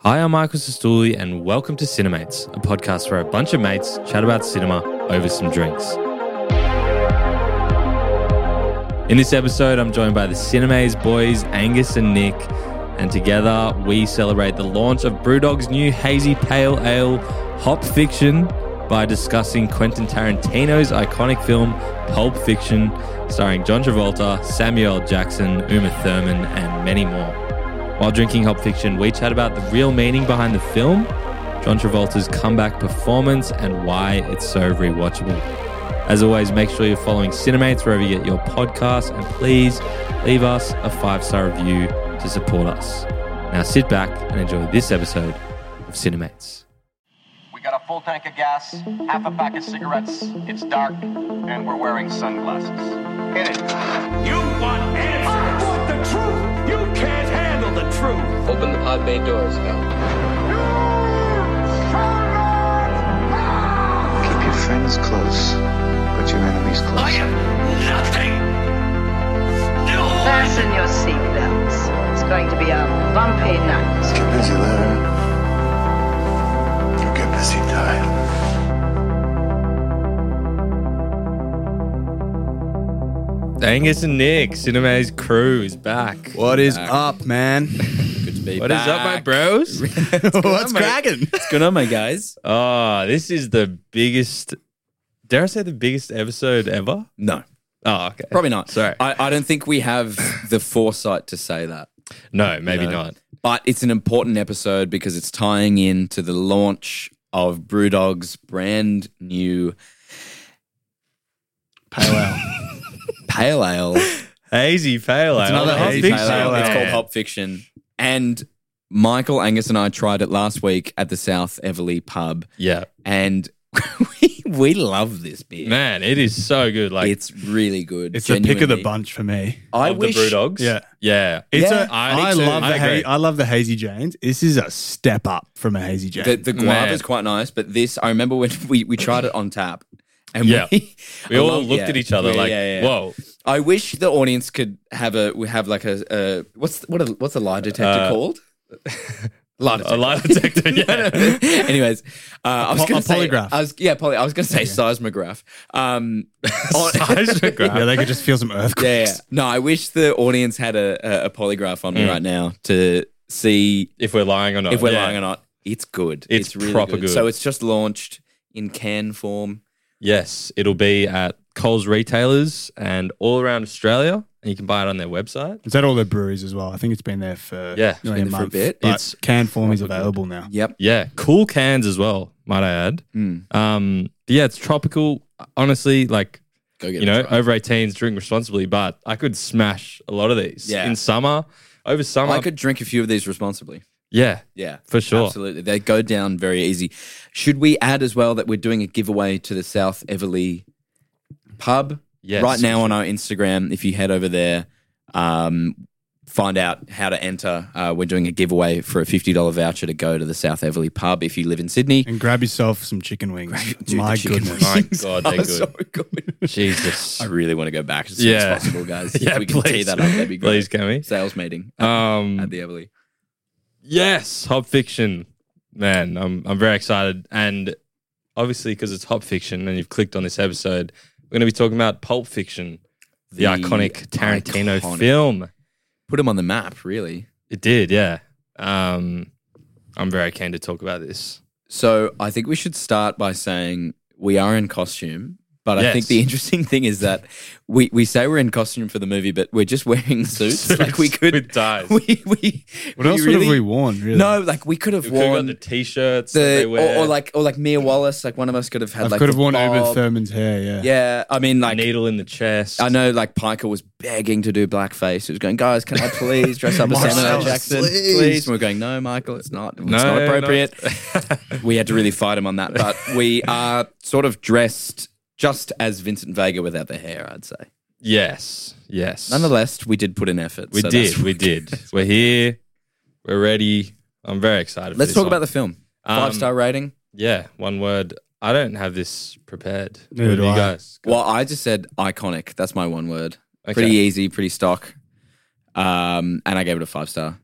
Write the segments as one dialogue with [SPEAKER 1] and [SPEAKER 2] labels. [SPEAKER 1] Hi, I'm Michael Sestouli, and welcome to Cinemates, a podcast where a bunch of mates chat about cinema over some drinks. In this episode, I'm joined by the Cinemates boys, Angus and Nick, and together we celebrate the launch of Brewdog's new hazy pale ale, Hop Fiction, by discussing Quentin Tarantino's iconic film, Pulp Fiction, starring John Travolta, Samuel L. Jackson, Uma Thurman, and many more. While drinking Hop Fiction, we chat about the real meaning behind the film, John Travolta's comeback performance, and why it's so rewatchable. As always, make sure you're following Cinemates wherever you get your podcasts, and please leave us a five star review to support us. Now sit back and enjoy this episode of Cinemates.
[SPEAKER 2] We got a full tank of gas, half a pack of cigarettes, it's dark, and we're wearing sunglasses. Hit it.
[SPEAKER 3] You want answers. I want the truth. You can't handle the truth.
[SPEAKER 4] Open the pod bay doors, Val.
[SPEAKER 5] Keep your friends close, but your enemies close.
[SPEAKER 3] I am nothing. No.
[SPEAKER 6] Fasten your seatbelts. It's going to be a bumpy night.
[SPEAKER 5] Get busy later. You get busy dying.
[SPEAKER 1] Angus and Nick, Cinemates crew is back.
[SPEAKER 7] What is up, man?
[SPEAKER 1] What is up, my bros?
[SPEAKER 7] What's cracking?
[SPEAKER 8] What's going on, my guys?
[SPEAKER 1] oh, this is the biggest, dare I say, the biggest episode ever?
[SPEAKER 8] No,
[SPEAKER 1] Oh, okay.
[SPEAKER 8] probably not.
[SPEAKER 1] Sorry.
[SPEAKER 8] I, I don't think we have the foresight to say that.
[SPEAKER 1] No, maybe
[SPEAKER 8] No.
[SPEAKER 1] not.
[SPEAKER 8] But it's an important episode because it's tying in to the launch of Brewdog's brand new pale ale. pale ale. It's
[SPEAKER 1] Hazy pale ale.
[SPEAKER 8] another hop
[SPEAKER 1] Hazy
[SPEAKER 8] fiction.
[SPEAKER 1] pale
[SPEAKER 8] It's
[SPEAKER 1] ale.
[SPEAKER 8] called Hop Fiction. And Michael, Angus, and I tried it last week at the South Everly pub.
[SPEAKER 1] Yeah,
[SPEAKER 8] And we, we love this beer.
[SPEAKER 1] man, it is so good. Like
[SPEAKER 8] it's really good.
[SPEAKER 7] It's the pick of the
[SPEAKER 8] genuinely.
[SPEAKER 7] bunch for me.
[SPEAKER 8] I
[SPEAKER 1] of the
[SPEAKER 8] wish-
[SPEAKER 1] brew dogs.
[SPEAKER 7] Yeah.
[SPEAKER 1] yeah.
[SPEAKER 7] It's
[SPEAKER 8] Yeah,
[SPEAKER 7] a, I,
[SPEAKER 1] me too.
[SPEAKER 7] love
[SPEAKER 1] I
[SPEAKER 7] the
[SPEAKER 1] agree.
[SPEAKER 7] ha- I love the hazy Janes. This is a step up from a hazy Jane.
[SPEAKER 8] The, the
[SPEAKER 1] Man.
[SPEAKER 8] guava is quite nice, but this I remember when we, we tried it on tap, and
[SPEAKER 1] Yeah.
[SPEAKER 8] we,
[SPEAKER 1] we
[SPEAKER 8] I
[SPEAKER 1] all
[SPEAKER 8] love-
[SPEAKER 1] looked
[SPEAKER 8] yeah.
[SPEAKER 1] at each other
[SPEAKER 8] Yeah,
[SPEAKER 1] like,
[SPEAKER 8] yeah, yeah.
[SPEAKER 1] "Whoa,
[SPEAKER 8] I wish the audience could have a we have like a, a what's what a, what's a lie detector
[SPEAKER 1] Uh,
[SPEAKER 8] called? lie detector.
[SPEAKER 1] a lie detector." yeah,
[SPEAKER 8] Anyways, uh, I was
[SPEAKER 7] po-
[SPEAKER 8] gonna
[SPEAKER 7] a
[SPEAKER 8] say,
[SPEAKER 7] polygraph.
[SPEAKER 8] I was, yeah, poly, I was going to say seismograph. Um, on-
[SPEAKER 1] seismograph.
[SPEAKER 7] yeah, they could just feel some
[SPEAKER 8] yeah,
[SPEAKER 7] earthquakes.
[SPEAKER 8] yeah. No, I wish the audience had a, a, a polygraph on me
[SPEAKER 1] Mm.
[SPEAKER 8] right now to see
[SPEAKER 1] if we're lying or not.
[SPEAKER 8] if we're
[SPEAKER 1] yeah.
[SPEAKER 8] lying or not. It's good.
[SPEAKER 1] It's
[SPEAKER 8] It's, really
[SPEAKER 1] proper good.
[SPEAKER 8] good. So it's just launched in can form.
[SPEAKER 1] Yes, it'll be at Coles retailers and all around Australia, and you can buy it on their website.
[SPEAKER 7] Is that all the breweries as well? I think it's been there for
[SPEAKER 1] Yeah, it's
[SPEAKER 7] nearly
[SPEAKER 8] been
[SPEAKER 7] a
[SPEAKER 8] there for a
[SPEAKER 7] month.
[SPEAKER 8] bit.
[SPEAKER 7] But
[SPEAKER 1] It's-
[SPEAKER 7] can form is available now.
[SPEAKER 8] Yep. Hmm.
[SPEAKER 1] Yeah, cool cans as well, might I add. Um, but yeah, it's tropical. Honestly, like
[SPEAKER 8] Go get
[SPEAKER 1] you know, over 18s drink responsibly, but I could smash a lot of these
[SPEAKER 8] Yeah.
[SPEAKER 1] in summer. Over summer,
[SPEAKER 8] I could drink a few of these responsibly.
[SPEAKER 1] yeah,
[SPEAKER 8] Yeah.
[SPEAKER 1] for sure.
[SPEAKER 8] Absolutely. They go down very easy. Should we add as well that we're doing a giveaway to the South Everly pub
[SPEAKER 1] Yes.
[SPEAKER 8] right now on our Instagram? If you head over there, um, find out how to enter. Uh, we're doing a giveaway for a $50 voucher to go to the South Everly pub if you live in Sydney.
[SPEAKER 7] And grab yourself some chicken wings.
[SPEAKER 8] Dude, the
[SPEAKER 7] My
[SPEAKER 8] chicken
[SPEAKER 7] goodness.
[SPEAKER 1] My God, they're
[SPEAKER 8] are
[SPEAKER 1] good.
[SPEAKER 8] so good.
[SPEAKER 1] Jesus.
[SPEAKER 8] I really want to go back as soon
[SPEAKER 1] Yeah.
[SPEAKER 8] as possible, guys. If we can tee that up, that'd be great.
[SPEAKER 1] Please, can we?
[SPEAKER 8] Sales meeting at
[SPEAKER 1] Um,
[SPEAKER 8] the Everly.
[SPEAKER 1] yes, Hop Fiction. Man, I'm, I'm very excited. And obviously, because it's Hop Fiction and you've clicked on this episode, we're going to be talking about Pulp Fiction, the, iconic Tarantino
[SPEAKER 8] iconic-
[SPEAKER 1] film.
[SPEAKER 8] Put him on the map, really.
[SPEAKER 1] It did, yeah. Um, I'm very keen to talk about this.
[SPEAKER 8] So I think we should start by saying we are in costume. But I
[SPEAKER 1] Yes.
[SPEAKER 8] think the interesting thing is that we, we say we're in costume for the movie, but we're just wearing suits. Like we could,
[SPEAKER 1] With dyes.
[SPEAKER 8] we, we
[SPEAKER 7] What else would have we worn, really?
[SPEAKER 8] No, like we could have
[SPEAKER 1] We could have got
[SPEAKER 8] worn
[SPEAKER 1] the
[SPEAKER 8] the,
[SPEAKER 1] t-shirts that they
[SPEAKER 8] or,
[SPEAKER 1] wear,
[SPEAKER 8] or like or like Mia Wallace. Like one of us could have had
[SPEAKER 7] I
[SPEAKER 8] like
[SPEAKER 7] could
[SPEAKER 8] the
[SPEAKER 7] have worn Uber
[SPEAKER 8] bob.
[SPEAKER 7] Thurman's hair, yeah.
[SPEAKER 8] Yeah, I mean like
[SPEAKER 1] needle in the chest.
[SPEAKER 8] I know like Piker was begging to do blackface. He was going, guys, can I please dress up as Samuel L.
[SPEAKER 7] Marcellus,
[SPEAKER 8] Jackson?
[SPEAKER 7] please."
[SPEAKER 8] Please. And we are going, no, Michael, it's not. It's
[SPEAKER 1] No,
[SPEAKER 8] not appropriate.
[SPEAKER 1] no.
[SPEAKER 8] we had to really fight him on that. But we are sort of dressed just as Vincent Vega without the hair, I'd say.
[SPEAKER 1] Yes, yes.
[SPEAKER 8] Nonetheless, we did put in effort.
[SPEAKER 1] we
[SPEAKER 8] so that's-
[SPEAKER 1] did, we did. We're here. We're ready. I'm very excited. for
[SPEAKER 8] Let's
[SPEAKER 1] this
[SPEAKER 8] talk
[SPEAKER 1] one.
[SPEAKER 8] about the film.
[SPEAKER 1] Um,
[SPEAKER 8] Five star rating.
[SPEAKER 1] Yeah, one word. I don't have this prepared.
[SPEAKER 7] Neither
[SPEAKER 1] What
[SPEAKER 7] do
[SPEAKER 1] you
[SPEAKER 7] I.
[SPEAKER 1] guys? got?
[SPEAKER 8] Well, I just said iconic. That's my one word.
[SPEAKER 1] Okay.
[SPEAKER 8] Pretty easy, pretty stock. Um, and I gave it a five star.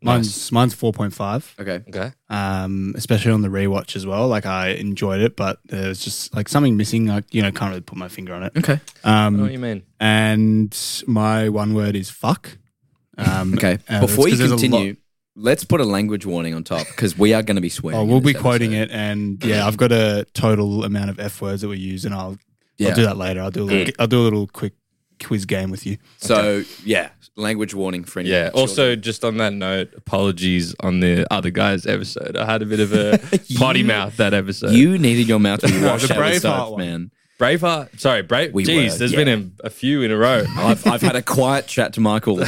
[SPEAKER 7] Mine's mine's four point five.
[SPEAKER 8] Okay.
[SPEAKER 1] Okay.
[SPEAKER 7] Um, especially on the rewatch as well. Like I enjoyed it, but there was just like something missing. Like you know, can't really put my finger on it.
[SPEAKER 8] Okay.
[SPEAKER 1] I know what
[SPEAKER 7] Um,
[SPEAKER 1] you mean.
[SPEAKER 8] Mm.
[SPEAKER 7] and my one word is fuck. Um,
[SPEAKER 8] Okay.
[SPEAKER 7] uh, that's
[SPEAKER 8] Before you
[SPEAKER 7] 'cause there's a lot-
[SPEAKER 8] continue, let's put a language warning on top because we are going to be swearing.
[SPEAKER 7] Oh,
[SPEAKER 8] in
[SPEAKER 7] we'll
[SPEAKER 8] this
[SPEAKER 7] be quoting
[SPEAKER 8] episode.
[SPEAKER 7] it, and yeah, I've got a total amount of f words that we use, and I'll
[SPEAKER 8] Yeah.
[SPEAKER 7] I'll do that later. I'll do a little, I'll do a little quick quiz game with you.
[SPEAKER 8] So yeah, language warning for any.
[SPEAKER 1] Yeah. Also, just on that note, apologies on the other guy's episode. I had a bit of a potty mouth that episode.
[SPEAKER 8] you needed your mouth to be washed
[SPEAKER 7] the
[SPEAKER 8] out with
[SPEAKER 7] Braveheart
[SPEAKER 8] soap,
[SPEAKER 7] one.
[SPEAKER 8] man.
[SPEAKER 1] Braveheart. Sorry, Brave.
[SPEAKER 8] We
[SPEAKER 1] Jeez,
[SPEAKER 8] were,
[SPEAKER 1] there's
[SPEAKER 8] yeah.
[SPEAKER 1] been a, a few in a row.
[SPEAKER 8] I've, I've had a quiet chat to Michael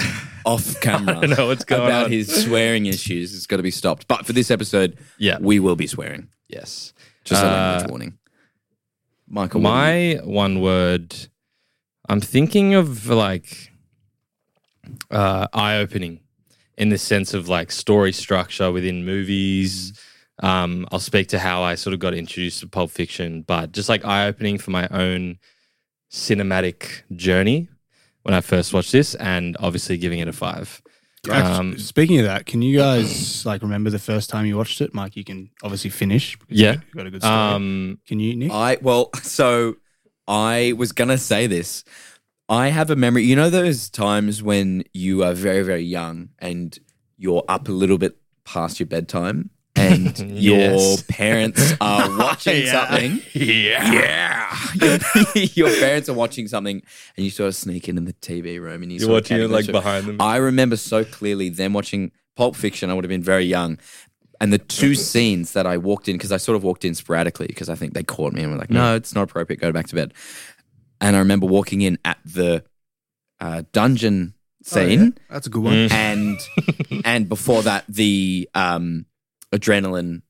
[SPEAKER 8] off camera.
[SPEAKER 1] don't know what's going
[SPEAKER 8] about
[SPEAKER 1] on.
[SPEAKER 8] his swearing issues. It's got to be stopped. But for this episode,
[SPEAKER 1] Yeah.
[SPEAKER 8] we will be swearing.
[SPEAKER 1] yes.
[SPEAKER 8] Just a
[SPEAKER 1] Uh,
[SPEAKER 8] language warning. Michael, what do you-
[SPEAKER 1] My one word. I'm thinking of like uh, eye opening in the sense of like story structure within movies. Um, I'll speak to how I sort of got introduced to Pulp Fiction, but just like eye opening for my own cinematic journey when I first watched this, and obviously giving it a five. Um,
[SPEAKER 7] Actually, Speaking of that, can you guys like remember the first time you watched it, Mike? You can obviously finish. because
[SPEAKER 1] Yeah.
[SPEAKER 7] you got a good story.
[SPEAKER 1] Um,
[SPEAKER 7] can you, Nick?
[SPEAKER 8] I well, so I was gonna say this. I have a memory. You know those times when you are very, very young and you're up a little bit past your bedtime, and your
[SPEAKER 1] Yes.
[SPEAKER 8] parents are watching
[SPEAKER 7] Yeah.
[SPEAKER 8] something.
[SPEAKER 1] yeah.
[SPEAKER 8] Yeah, your, your parents are watching something, and you sort of sneak into the TV room and you
[SPEAKER 1] You're
[SPEAKER 8] sort of
[SPEAKER 1] watching
[SPEAKER 8] catch
[SPEAKER 1] it like
[SPEAKER 8] them.
[SPEAKER 1] behind them.
[SPEAKER 8] I remember so clearly them watching Pulp Fiction. I would have been very young. And the two scenes that I walked in, because I sort of walked in sporadically, because I think they caught me and were like, no, it's not appropriate, go back to bed. And I remember walking in at the uh, dungeon
[SPEAKER 7] Oh,
[SPEAKER 1] Oh,
[SPEAKER 8] scene
[SPEAKER 7] That's a good
[SPEAKER 1] Mm.
[SPEAKER 7] one.
[SPEAKER 8] and and before that, the um, adrenaline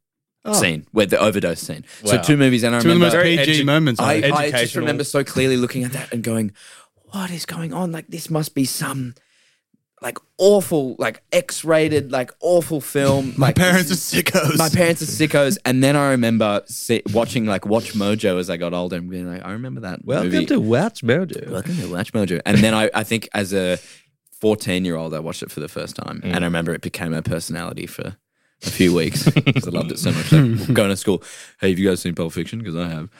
[SPEAKER 8] scene, where the overdose scene. So
[SPEAKER 1] Wow.
[SPEAKER 8] two movies, and I
[SPEAKER 7] Oh. Two of the
[SPEAKER 8] remember.
[SPEAKER 7] most PG
[SPEAKER 1] edu-
[SPEAKER 7] moments. I,
[SPEAKER 8] I,
[SPEAKER 7] think.
[SPEAKER 8] I just
[SPEAKER 1] educational.
[SPEAKER 8] remember so clearly looking at that and going, "What is going on? Like this must be some like awful, like X-rated, like awful film."
[SPEAKER 7] my
[SPEAKER 8] like,
[SPEAKER 7] parents are
[SPEAKER 8] this is-
[SPEAKER 7] sickos.
[SPEAKER 8] My parents are sickos, and then I remember si- watching like Watch Mojo as I got older, and being like, "I remember that." movie.
[SPEAKER 1] Watch Mojo.
[SPEAKER 8] Welcome to Watch Mojo, and then I, I think as a fourteen-year-old, I watched it for the first time,
[SPEAKER 7] Mm.
[SPEAKER 8] and I remember it became my personality for a few weeks because I loved it so much. Like, going to school, hey, have you guys seen Pulp Fiction? Because I have.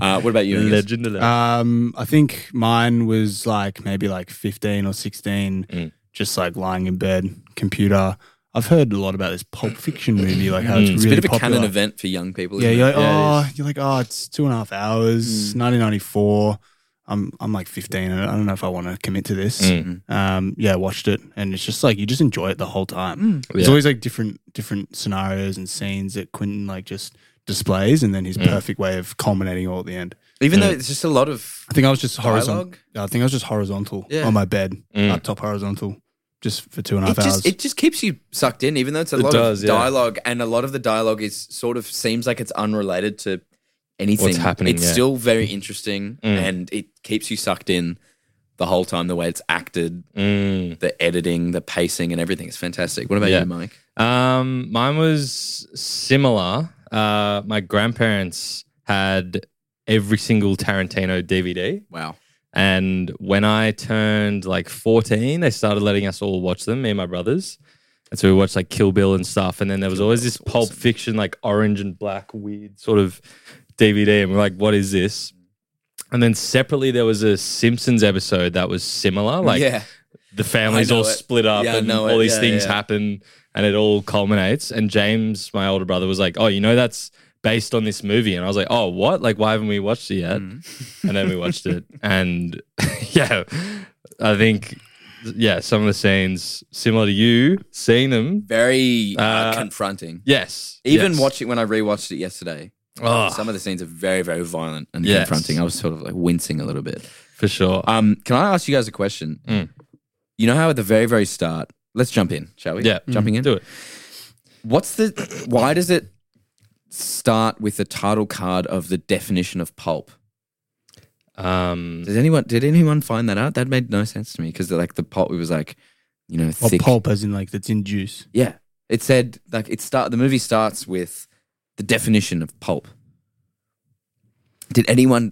[SPEAKER 8] Uh, what about you? Angus?
[SPEAKER 1] Legend of that.
[SPEAKER 7] um, I think mine was like maybe like fifteen or sixteen,
[SPEAKER 8] Mm.
[SPEAKER 7] just like lying in bed, computer. I've heard a lot about this Pulp Fiction movie, like how it's really
[SPEAKER 8] Mm. It's a bit of a
[SPEAKER 7] popular.
[SPEAKER 8] canon event for young people.
[SPEAKER 7] Yeah,
[SPEAKER 8] isn't
[SPEAKER 7] you're
[SPEAKER 8] it? Mm.
[SPEAKER 7] like, oh, you're like, oh, it's two and a half hours, 1994. I'm, I'm like 15. I don't know if I want to commit to this.
[SPEAKER 8] Mm.
[SPEAKER 7] Um, yeah, I watched it, and it's just like you just enjoy it the whole time.
[SPEAKER 8] Mm.
[SPEAKER 7] There's
[SPEAKER 1] Yeah.
[SPEAKER 7] always like different different scenarios and scenes that Quentin like just displays, and then
[SPEAKER 8] Mm.
[SPEAKER 7] his perfect way of culminating all at the end.
[SPEAKER 8] Even though it's just a lot of
[SPEAKER 7] I think I was just horizontal.
[SPEAKER 8] Dialogue?
[SPEAKER 7] I think I was just horizontal
[SPEAKER 8] Yeah.
[SPEAKER 7] on my bed,
[SPEAKER 1] Mm.
[SPEAKER 7] laptop horizontal, just for two and a
[SPEAKER 8] it
[SPEAKER 7] half hours.
[SPEAKER 8] just it just keeps you sucked in, even though it's a
[SPEAKER 1] It
[SPEAKER 8] lot
[SPEAKER 1] does,
[SPEAKER 8] of
[SPEAKER 1] yeah.
[SPEAKER 8] dialogue and a lot of the dialogue is sort of seems like it's unrelated to anything.
[SPEAKER 1] What's happening,
[SPEAKER 8] It's
[SPEAKER 1] yeah. Mm.
[SPEAKER 8] still very interesting and it keeps you sucked in the whole time, the way it's acted,
[SPEAKER 1] Mm.
[SPEAKER 8] the editing, the pacing and everything. It's fantastic. What about
[SPEAKER 1] Yeah.
[SPEAKER 8] you, Mike?
[SPEAKER 1] Um, mine was similar. Uh, my grandparents had every single Tarantino DVD,
[SPEAKER 8] Wow.
[SPEAKER 1] and when I turned like fourteen, they started letting us all watch them. Me and my brothers, and so we watched like Kill Bill and stuff. And then there was always this Pulp Fiction, like orange and black, weird sort of DVD, and we're like, "What is this?" And then separately, there was a Simpsons episode that was similar, like
[SPEAKER 8] yeah.
[SPEAKER 1] the families
[SPEAKER 8] I know
[SPEAKER 1] all
[SPEAKER 8] it.
[SPEAKER 1] split up
[SPEAKER 8] Yeah, I
[SPEAKER 1] and
[SPEAKER 8] know
[SPEAKER 1] all
[SPEAKER 8] it.
[SPEAKER 1] these
[SPEAKER 8] Yeah,
[SPEAKER 1] things
[SPEAKER 8] yeah.
[SPEAKER 1] happen and it all culminates. And James, my older brother, was like, Oh, you know, that's based on this movie. And I was like, Oh, what? Like, why haven't we watched it yet?
[SPEAKER 8] Mm.
[SPEAKER 1] and then we watched it. And yeah, I think, yeah, some of the scenes similar to you seeing them.
[SPEAKER 8] Very uh,
[SPEAKER 1] Uh,
[SPEAKER 8] confronting.
[SPEAKER 1] Yes.
[SPEAKER 8] Even
[SPEAKER 1] yes.
[SPEAKER 8] watching when I rewatched it yesterday,
[SPEAKER 1] Oh,
[SPEAKER 8] some of the scenes are very, very violent and
[SPEAKER 1] Yes.
[SPEAKER 8] confronting. I was sort of like wincing a little bit.
[SPEAKER 1] for sure.
[SPEAKER 8] Um, can I ask you guys a question?
[SPEAKER 1] Mm.
[SPEAKER 8] You know how at the very, very start, let's jump in, shall we?
[SPEAKER 7] Mm.
[SPEAKER 1] Yeah. mm,
[SPEAKER 8] jumping in.
[SPEAKER 1] Do it.
[SPEAKER 8] What's the? Why does it start with the title card of the definition of pulp?
[SPEAKER 1] Um,
[SPEAKER 8] Does anyone? Did anyone find that out? That made no sense to me because like the pulp, it was like, you know,
[SPEAKER 7] or
[SPEAKER 8] thick.
[SPEAKER 7] pulp, as in like that's in juice.
[SPEAKER 8] Yeah, it said like it start. The movie starts with the definition of pulp. Did anyone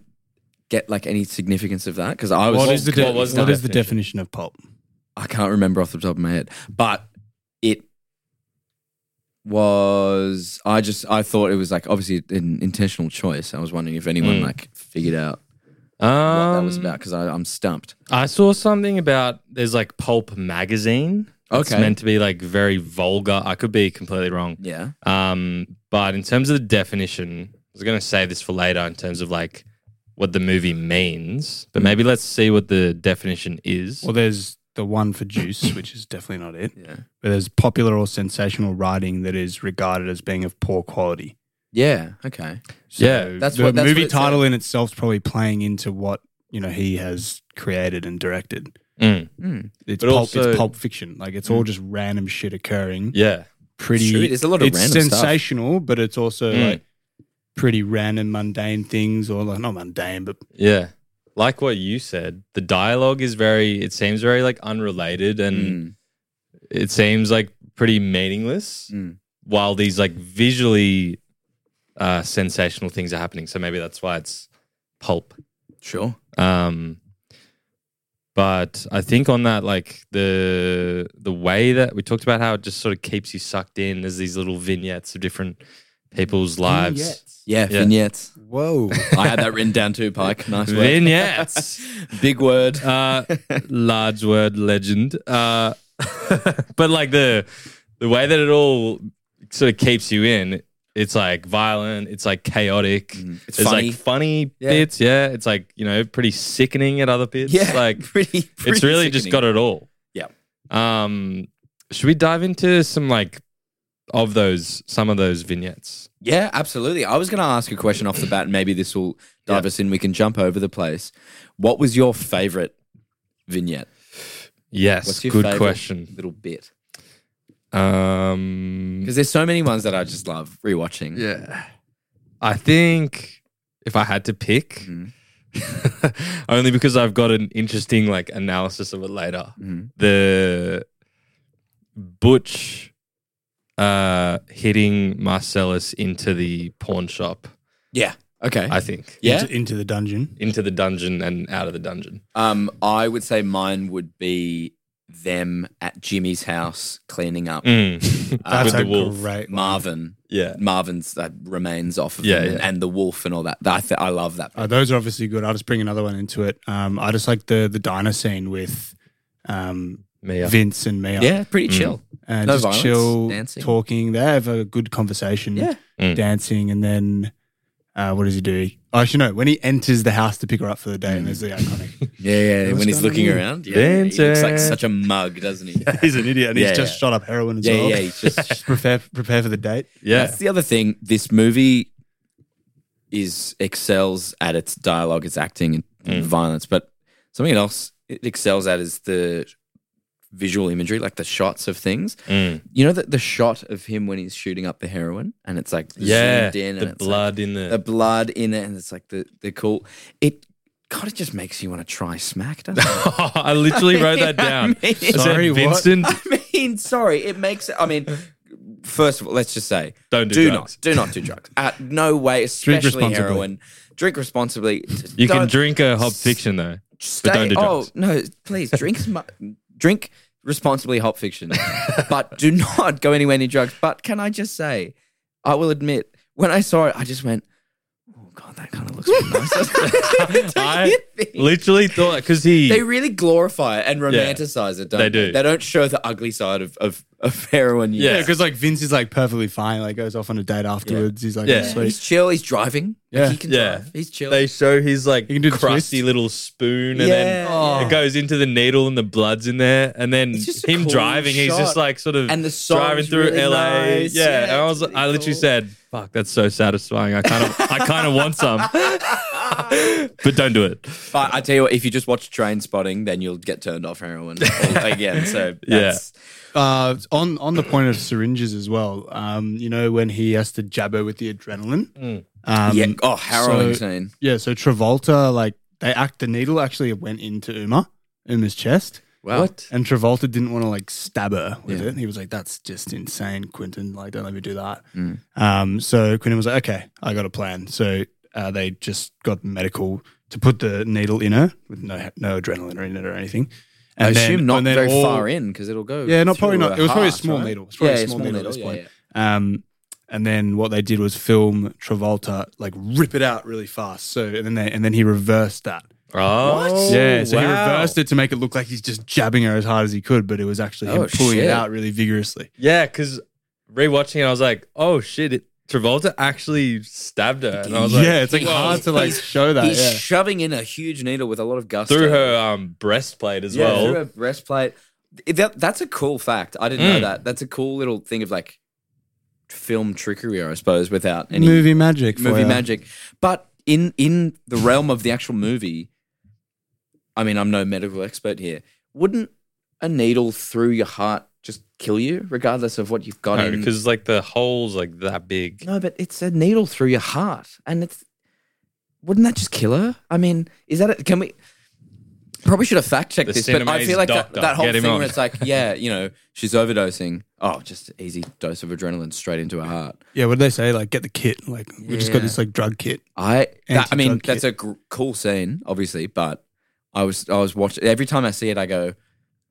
[SPEAKER 8] get like any significance of that? Because I was.
[SPEAKER 7] What is the
[SPEAKER 1] what
[SPEAKER 7] de-
[SPEAKER 1] was
[SPEAKER 7] what
[SPEAKER 1] the
[SPEAKER 7] is the definition of pulp?
[SPEAKER 8] I can't remember off the top of my head, but it was I just I thought it was like obviously an intentional choice. I was wondering if
[SPEAKER 1] Mm.
[SPEAKER 8] anyone like figured out what that was
[SPEAKER 1] Um,
[SPEAKER 8] about because I'm stumped.
[SPEAKER 1] I saw something about there's like Pulp magazine. It's
[SPEAKER 8] Okay.
[SPEAKER 1] meant to be like very vulgar. I could be completely wrong.
[SPEAKER 8] Yeah.
[SPEAKER 1] Um, but in terms of the definition, I was going to say this for later in terms of like what the movie means, but maybe let's see what the definition is.
[SPEAKER 7] Well, there's the one for juice, which is definitely not it.
[SPEAKER 8] Yeah.
[SPEAKER 7] But there's popular or sensational writing that is regarded as being of poor quality.
[SPEAKER 8] Yeah. Okay.
[SPEAKER 1] yeah.
[SPEAKER 8] That's
[SPEAKER 7] the
[SPEAKER 8] what- that's
[SPEAKER 7] movie
[SPEAKER 8] what it
[SPEAKER 7] title
[SPEAKER 8] said.
[SPEAKER 7] in itself is probably playing into what you know he has created and directed.
[SPEAKER 1] Mm,
[SPEAKER 8] Mm.
[SPEAKER 7] It's
[SPEAKER 1] But
[SPEAKER 7] pulp,
[SPEAKER 1] also- Mm.
[SPEAKER 7] it's pulp fiction. Like it's all just random shit occurring.
[SPEAKER 1] yeah.
[SPEAKER 7] Pretty.
[SPEAKER 8] Shoot, there's a lot of
[SPEAKER 7] it's
[SPEAKER 8] random stuff.
[SPEAKER 7] sensational, but it's also
[SPEAKER 1] Mm.
[SPEAKER 7] like pretty random, mundane things, or like not mundane, but
[SPEAKER 1] Yeah. Like what you said, the dialogue is very, it seems very like unrelated and
[SPEAKER 8] Mm.
[SPEAKER 1] it seems like pretty meaningless
[SPEAKER 8] Mm.
[SPEAKER 1] while these like visually uh, sensational things are happening. So maybe that's why it's pulp.
[SPEAKER 8] Sure.
[SPEAKER 1] Um, but I think on that, like the the way that we talked about how it just sort of keeps you sucked in. There's these little vignettes of different people's lives.
[SPEAKER 8] Yeah,
[SPEAKER 1] Yeah.
[SPEAKER 8] vignettes.
[SPEAKER 7] whoa.
[SPEAKER 8] I had that written down too, Pike. Nice work.
[SPEAKER 1] Vignettes.
[SPEAKER 8] Big word.
[SPEAKER 1] uh, large word legend. Uh, but like the the way that it all sort of keeps you in, it's like violent. It's like chaotic.
[SPEAKER 8] Mm-hmm. It's
[SPEAKER 1] It's There's
[SPEAKER 8] funny.
[SPEAKER 1] like funny
[SPEAKER 8] Yeah.
[SPEAKER 1] bits. Yeah, it's like you know pretty sickening at other bits.
[SPEAKER 8] yeah,
[SPEAKER 1] like
[SPEAKER 8] pretty,
[SPEAKER 1] it's really just got it all.
[SPEAKER 8] Yeah.
[SPEAKER 1] Um, should we dive into some like of those some of those vignettes?
[SPEAKER 8] Yeah, absolutely. I was going to ask a question off the bat, and maybe this will dive us in. We can jump over the place. What was your favorite vignette?
[SPEAKER 1] Yes,
[SPEAKER 8] What's your
[SPEAKER 1] good
[SPEAKER 8] favorite
[SPEAKER 1] question.
[SPEAKER 8] Little bit
[SPEAKER 1] Um,
[SPEAKER 8] because there's so many ones that I just love rewatching.
[SPEAKER 1] yeah, I think if I had to pick,
[SPEAKER 8] Mhm.
[SPEAKER 1] only because I've got an interesting like analysis of it later.
[SPEAKER 8] Mhm.
[SPEAKER 1] The Butch uh hitting Marcellus into the pawn shop,
[SPEAKER 8] Yeah. Okay.
[SPEAKER 1] I think.
[SPEAKER 8] yeah.
[SPEAKER 7] Into, into the dungeon.
[SPEAKER 1] Into the dungeon and out of the dungeon.
[SPEAKER 8] Um, I would say mine would be them at Jimmy's house cleaning up
[SPEAKER 1] Uh,
[SPEAKER 7] That's
[SPEAKER 1] with
[SPEAKER 7] a
[SPEAKER 1] the wolf.
[SPEAKER 7] great. one.
[SPEAKER 8] Marvin.
[SPEAKER 1] Yeah.
[SPEAKER 8] Marvin's that remains off of
[SPEAKER 1] Yeah,
[SPEAKER 8] him
[SPEAKER 1] yeah.
[SPEAKER 8] And, and the wolf and all that. I th- I love that.
[SPEAKER 7] Uh, those are obviously good. I'll just bring another one into it. Um, I just like the the diner scene with um,
[SPEAKER 1] Mia.
[SPEAKER 7] Vince and Mia.
[SPEAKER 8] yeah, pretty chill.
[SPEAKER 7] Uh,
[SPEAKER 8] No
[SPEAKER 7] just
[SPEAKER 8] violence,
[SPEAKER 7] chill,
[SPEAKER 8] dancing.
[SPEAKER 7] talking. They have a good conversation.
[SPEAKER 8] Yeah.
[SPEAKER 1] Mm.
[SPEAKER 7] Dancing. And then uh, what does he do? Oh, actually, no. When he enters the house to pick her up for the day,
[SPEAKER 8] Mm.
[SPEAKER 7] and there's the iconic.
[SPEAKER 8] Yeah, yeah.
[SPEAKER 7] What's
[SPEAKER 8] When he's
[SPEAKER 7] going
[SPEAKER 8] looking
[SPEAKER 7] on?
[SPEAKER 8] around, yeah, he looks like
[SPEAKER 1] Vincent.
[SPEAKER 8] such a mug, doesn't he?
[SPEAKER 7] he's an idiot. And
[SPEAKER 8] Yeah,
[SPEAKER 7] he's just
[SPEAKER 8] yeah.
[SPEAKER 7] shot up heroin as
[SPEAKER 8] yeah,
[SPEAKER 7] well.
[SPEAKER 8] yeah. He's just
[SPEAKER 7] prepare, prepare for the date.
[SPEAKER 1] Yeah.
[SPEAKER 8] That's the other thing. This movie is excels at its dialogue, its acting, and violence. But something else it excels at is the visual imagery, like the shots of things.
[SPEAKER 1] Mm.
[SPEAKER 8] You know that the shot of him when he's shooting up the heroin, and it's like
[SPEAKER 1] Yeah.
[SPEAKER 8] zoomed in, and
[SPEAKER 1] The
[SPEAKER 8] it's like
[SPEAKER 1] blood in the.
[SPEAKER 8] the blood in it, and it's like the the cool. It kind of just makes you want to try smack, doesn't it?
[SPEAKER 1] I literally wrote that down.
[SPEAKER 8] I
[SPEAKER 1] I
[SPEAKER 8] mean-
[SPEAKER 1] said,
[SPEAKER 7] Sorry, what?
[SPEAKER 1] Vincent,
[SPEAKER 8] I mean, sorry, it makes. I mean, first of all, let's just say,
[SPEAKER 1] Don't do drugs.
[SPEAKER 8] not, do not do drugs. At no way, especially
[SPEAKER 7] responsibly.
[SPEAKER 8] heroin. Drink responsibly. Just
[SPEAKER 1] you can
[SPEAKER 8] don't-
[SPEAKER 1] drink a hop fiction though.
[SPEAKER 8] Stay,
[SPEAKER 1] don't do drugs.
[SPEAKER 8] Oh no, please drink. sm- drink responsibly. Hop fiction, but do not go anywhere near drugs. But can I just say, I will admit, when I saw it, I just went. Oh God, that kind of looks pretty nice. Don't
[SPEAKER 1] I
[SPEAKER 8] you think?
[SPEAKER 1] literally thought because he
[SPEAKER 8] They really glorify it and romanticize it, don't
[SPEAKER 1] They
[SPEAKER 8] they?
[SPEAKER 1] do.
[SPEAKER 8] They don't show the ugly side of, of, of heroin use.
[SPEAKER 1] Yeah.
[SPEAKER 7] Yeah, because like Vince is like perfectly fine. Like goes off on a date afterwards. He's like,
[SPEAKER 1] Yeah.
[SPEAKER 7] yeah. sweet.
[SPEAKER 8] He's chill. He's driving. Like,
[SPEAKER 7] Yeah.
[SPEAKER 8] he can
[SPEAKER 1] Yeah.
[SPEAKER 8] drive. He's chill.
[SPEAKER 1] they show his like
[SPEAKER 7] You can do the
[SPEAKER 1] crusty
[SPEAKER 7] twist.
[SPEAKER 1] little spoon, and then
[SPEAKER 8] Yeah. Oh.
[SPEAKER 1] it goes into the needle, and the blood's in there, and then
[SPEAKER 8] It's just a
[SPEAKER 1] him
[SPEAKER 8] cool
[SPEAKER 1] driving, he's
[SPEAKER 8] shot.
[SPEAKER 1] just like sort of
[SPEAKER 8] And the song's
[SPEAKER 1] driving through
[SPEAKER 8] really
[SPEAKER 1] LA,
[SPEAKER 8] nice.
[SPEAKER 1] yeah.
[SPEAKER 8] Yeah,
[SPEAKER 1] and I
[SPEAKER 8] it's
[SPEAKER 1] was,
[SPEAKER 8] really
[SPEAKER 1] I literally
[SPEAKER 8] cool.
[SPEAKER 1] said, "Fuck, that's so satisfying. I kind of, I kind of want some, but don't do it."
[SPEAKER 8] But I tell you what, if you just watch Train Spotting, then you'll get turned off heroin all- again. So that's,
[SPEAKER 7] Uh, on on the point of syringes as well. Um, you know when he has to jabber with the adrenaline. Um,
[SPEAKER 8] yeah. Oh, harrowing
[SPEAKER 7] so-
[SPEAKER 8] scene.
[SPEAKER 7] Yeah, so Travolta, like they act the needle actually went into Uma, Uma's chest.
[SPEAKER 8] Wow.
[SPEAKER 1] What?
[SPEAKER 7] And Travolta didn't want to like stab her with
[SPEAKER 8] Yeah.
[SPEAKER 7] it. He was like, That's just insane, Quentin. Like, don't let me do that.
[SPEAKER 8] Mm.
[SPEAKER 7] Um, so Quentin was like, Okay, I got a plan. So uh, they just got medical to put the needle in her with no no adrenaline in it or anything. And
[SPEAKER 8] I
[SPEAKER 7] then-
[SPEAKER 8] assume not
[SPEAKER 7] and then
[SPEAKER 8] very
[SPEAKER 7] all-
[SPEAKER 8] far in because it'll go.
[SPEAKER 7] Yeah, not probably
[SPEAKER 8] Oh, through
[SPEAKER 7] not.
[SPEAKER 8] her
[SPEAKER 7] It was probably a
[SPEAKER 8] heart,
[SPEAKER 7] small
[SPEAKER 8] right?
[SPEAKER 7] needle. It was probably
[SPEAKER 8] yeah,
[SPEAKER 7] a small, needle at this
[SPEAKER 8] yeah,
[SPEAKER 7] point.
[SPEAKER 8] yeah.
[SPEAKER 7] Um, and then what they did was film Travolta like rip it out really fast. So and then they, and then he reversed that.
[SPEAKER 1] Oh,
[SPEAKER 7] yeah, so he
[SPEAKER 1] wow.
[SPEAKER 7] reversed it to make it look like he's just jabbing her as hard as he could, but it was actually him
[SPEAKER 8] Oh,
[SPEAKER 7] pulling it
[SPEAKER 8] shit.
[SPEAKER 7] out really vigorously.
[SPEAKER 1] Yeah, because rewatching it, I was like, oh shit, it, Travolta actually stabbed her. And I was like,
[SPEAKER 7] yeah, it's like
[SPEAKER 8] Whoa.
[SPEAKER 7] hard to like show that.
[SPEAKER 8] He's
[SPEAKER 7] Yeah.
[SPEAKER 8] shoving in a huge needle with a lot of gusto.
[SPEAKER 1] through her um, breastplate as
[SPEAKER 8] yeah,
[SPEAKER 1] well.
[SPEAKER 8] through her breastplate. That, that's a cool fact. I didn't
[SPEAKER 1] Mm.
[SPEAKER 8] know that. That's a cool little thing of like film trickery, I suppose, without any
[SPEAKER 7] movie magic. for
[SPEAKER 8] movie
[SPEAKER 7] ya.
[SPEAKER 8] magic. But in in the realm of the actual movie, I mean, I'm no medical expert here. Wouldn't a needle through your heart just kill you, regardless of what you've got
[SPEAKER 1] No,
[SPEAKER 8] in?
[SPEAKER 1] because like the hole's like that big.
[SPEAKER 8] no, but it's a needle through your heart, and it's wouldn't that just kill her? I mean, is that a, can we? Probably should have fact checked
[SPEAKER 1] The
[SPEAKER 8] this, but I
[SPEAKER 1] Cinemas
[SPEAKER 8] feel like that,
[SPEAKER 1] doctor,
[SPEAKER 8] that whole
[SPEAKER 1] get him
[SPEAKER 8] thing
[SPEAKER 1] on.
[SPEAKER 8] where it's like, yeah, you know, she's overdosing. Oh, just easy dose of adrenaline straight into her heart.
[SPEAKER 7] Yeah, what did they say? Like, get the kit. Like, we just got
[SPEAKER 8] Yeah.
[SPEAKER 7] this like drug kit.
[SPEAKER 8] I that, I
[SPEAKER 7] Anti-drug
[SPEAKER 8] mean
[SPEAKER 7] kit.
[SPEAKER 8] that's a gr- cool scene, obviously, but I was I was watching every time I see it, I go,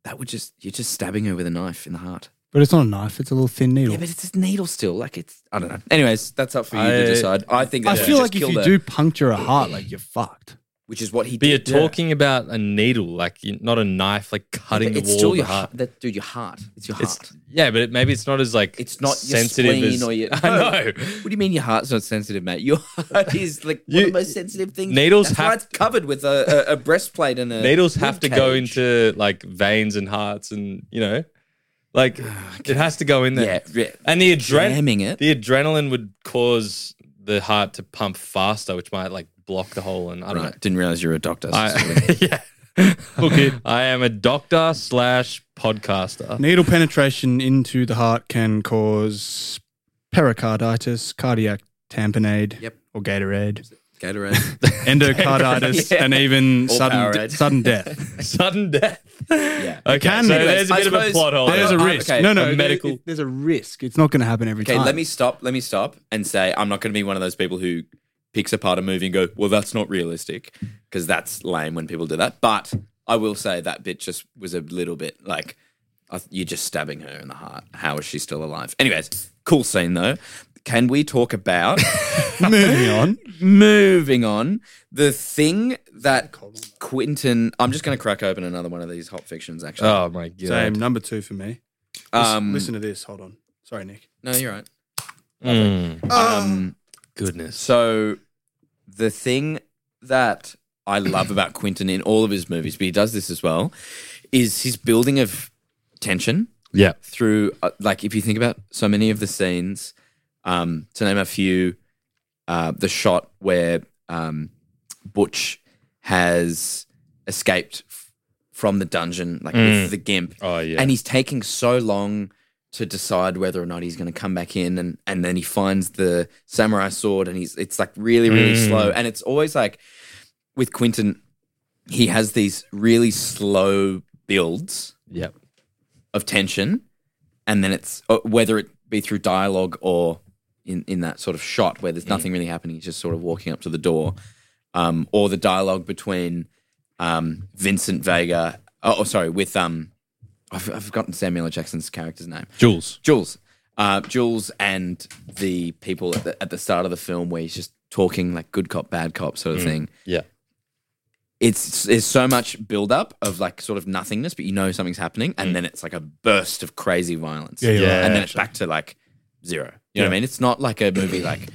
[SPEAKER 8] that would just you're just stabbing her with a knife in the heart.
[SPEAKER 7] But it's not a knife; it's a little thin needle.
[SPEAKER 8] Yeah, but it's a needle still. Like it's I don't know. Anyways, that's up for you
[SPEAKER 1] I-
[SPEAKER 8] to decide. I think
[SPEAKER 7] I
[SPEAKER 8] that
[SPEAKER 7] feel
[SPEAKER 8] just
[SPEAKER 7] like if
[SPEAKER 8] killed
[SPEAKER 7] you
[SPEAKER 8] her,
[SPEAKER 7] do puncture a heart, like you're fucked.
[SPEAKER 8] which is what he
[SPEAKER 1] But you're
[SPEAKER 8] did.
[SPEAKER 1] talking about a needle, like you- not a knife, like cutting
[SPEAKER 8] But
[SPEAKER 1] the
[SPEAKER 8] it's
[SPEAKER 1] wall.
[SPEAKER 8] still
[SPEAKER 1] of
[SPEAKER 8] your
[SPEAKER 1] the heart.
[SPEAKER 8] That, dude, your heart. It's your heart.
[SPEAKER 1] It's, yeah, but it, maybe it's not as like
[SPEAKER 8] It's not your
[SPEAKER 1] sensitive
[SPEAKER 8] spleen
[SPEAKER 1] as
[SPEAKER 8] or your-
[SPEAKER 1] I know.
[SPEAKER 8] What do you mean your heart's not sensitive, mate? Your heart is like
[SPEAKER 1] You-
[SPEAKER 8] one of the most sensitive things.
[SPEAKER 1] needles
[SPEAKER 8] That's why
[SPEAKER 1] have-
[SPEAKER 8] it's covered with a, a, a breastplate and a
[SPEAKER 1] Needles have
[SPEAKER 8] rib
[SPEAKER 1] to go
[SPEAKER 8] cage.
[SPEAKER 1] into like veins and hearts, and you know, like it has to go in there.
[SPEAKER 8] yeah, yeah.
[SPEAKER 1] And the adrenaline,
[SPEAKER 8] Jamming it.
[SPEAKER 1] the adrenaline would cause the heart to pump faster, which might like block the hole. And I don't
[SPEAKER 8] Right. Didn't realize you were a doctor. so
[SPEAKER 1] know.
[SPEAKER 8] sorry.
[SPEAKER 1] I, yeah. I am a doctor slash podcaster.
[SPEAKER 7] Needle penetration into the heart can cause pericarditis, cardiac tamponade,
[SPEAKER 8] Yep.
[SPEAKER 7] or Gatorade,
[SPEAKER 8] Gatorade.
[SPEAKER 7] endocarditis,
[SPEAKER 8] Yeah.
[SPEAKER 7] and even
[SPEAKER 8] Or
[SPEAKER 7] sudden
[SPEAKER 8] Powerade.
[SPEAKER 7] sudden death.
[SPEAKER 1] Sudden death.
[SPEAKER 8] yeah.
[SPEAKER 1] Okay,
[SPEAKER 7] can
[SPEAKER 1] so
[SPEAKER 7] be.
[SPEAKER 1] there's a
[SPEAKER 8] I
[SPEAKER 1] bit of a
[SPEAKER 8] suppose-
[SPEAKER 1] plot hole.
[SPEAKER 8] I
[SPEAKER 7] There's
[SPEAKER 1] there.
[SPEAKER 7] a
[SPEAKER 8] Uh,
[SPEAKER 7] risk.
[SPEAKER 8] okay,
[SPEAKER 7] no, no,
[SPEAKER 1] a
[SPEAKER 7] there-
[SPEAKER 1] medical-
[SPEAKER 7] it- there's a risk. It's not going to happen every
[SPEAKER 8] Okay,
[SPEAKER 7] time.
[SPEAKER 8] let me stop. Let me stop and say I'm not going to be one of those people who picks apart a movie and go, "Well, that's not realistic," because that's lame when people do that. But I will say that bit just was a little bit like I th- you're just stabbing her in the heart. How is she still alive? Anyways, cool scene though. Can we talk about
[SPEAKER 7] Moving on.
[SPEAKER 8] moving on? The thing that Quentin, I'm just going to crack open another one of these hot fictions. Actually,
[SPEAKER 1] Oh my god.
[SPEAKER 7] Same number two for me. Listen,
[SPEAKER 8] um,
[SPEAKER 7] listen to this. Hold on. Sorry, Nick.
[SPEAKER 8] No, you're right.
[SPEAKER 1] Mm,
[SPEAKER 8] Um,
[SPEAKER 1] goodness.
[SPEAKER 8] So the thing that I love about Quentin in all of his movies, but he does this as well, is his building of tension
[SPEAKER 1] Yeah.
[SPEAKER 8] through uh, like if you think about so many of the scenes, um, to name a few, uh, the shot where um, Butch has escaped f- from the dungeon, like with the gimp,
[SPEAKER 1] Oh yeah.
[SPEAKER 8] and he's taking so long to decide whether or not he's going to come back in and and then he finds the samurai sword and he's it's like really really
[SPEAKER 1] Mm.
[SPEAKER 8] slow and it's always like with Quentin he has these really slow builds
[SPEAKER 1] yep.
[SPEAKER 8] of tension, and then it's uh, whether it be through dialogue or in in that sort of shot where there's nothing really happening, he's just sort of walking up to the door, um, or the dialogue between um, Vincent Vega. Oh, oh, sorry, with um, I've, I've forgotten Samuel L. Jackson's character's name.
[SPEAKER 1] Jules.
[SPEAKER 8] Jules. Uh, Jules and the people at the, at the start of the film where he's just talking like good cop, bad cop sort of thing
[SPEAKER 1] Yeah.
[SPEAKER 8] it's there's so much build up of like sort of nothingness, but you know something's happening, and then it's like a burst of crazy violence.
[SPEAKER 7] Mm. Yeah, you're Yeah, right,
[SPEAKER 8] and then it's back to like zero. You know what I mean? It's not like a movie like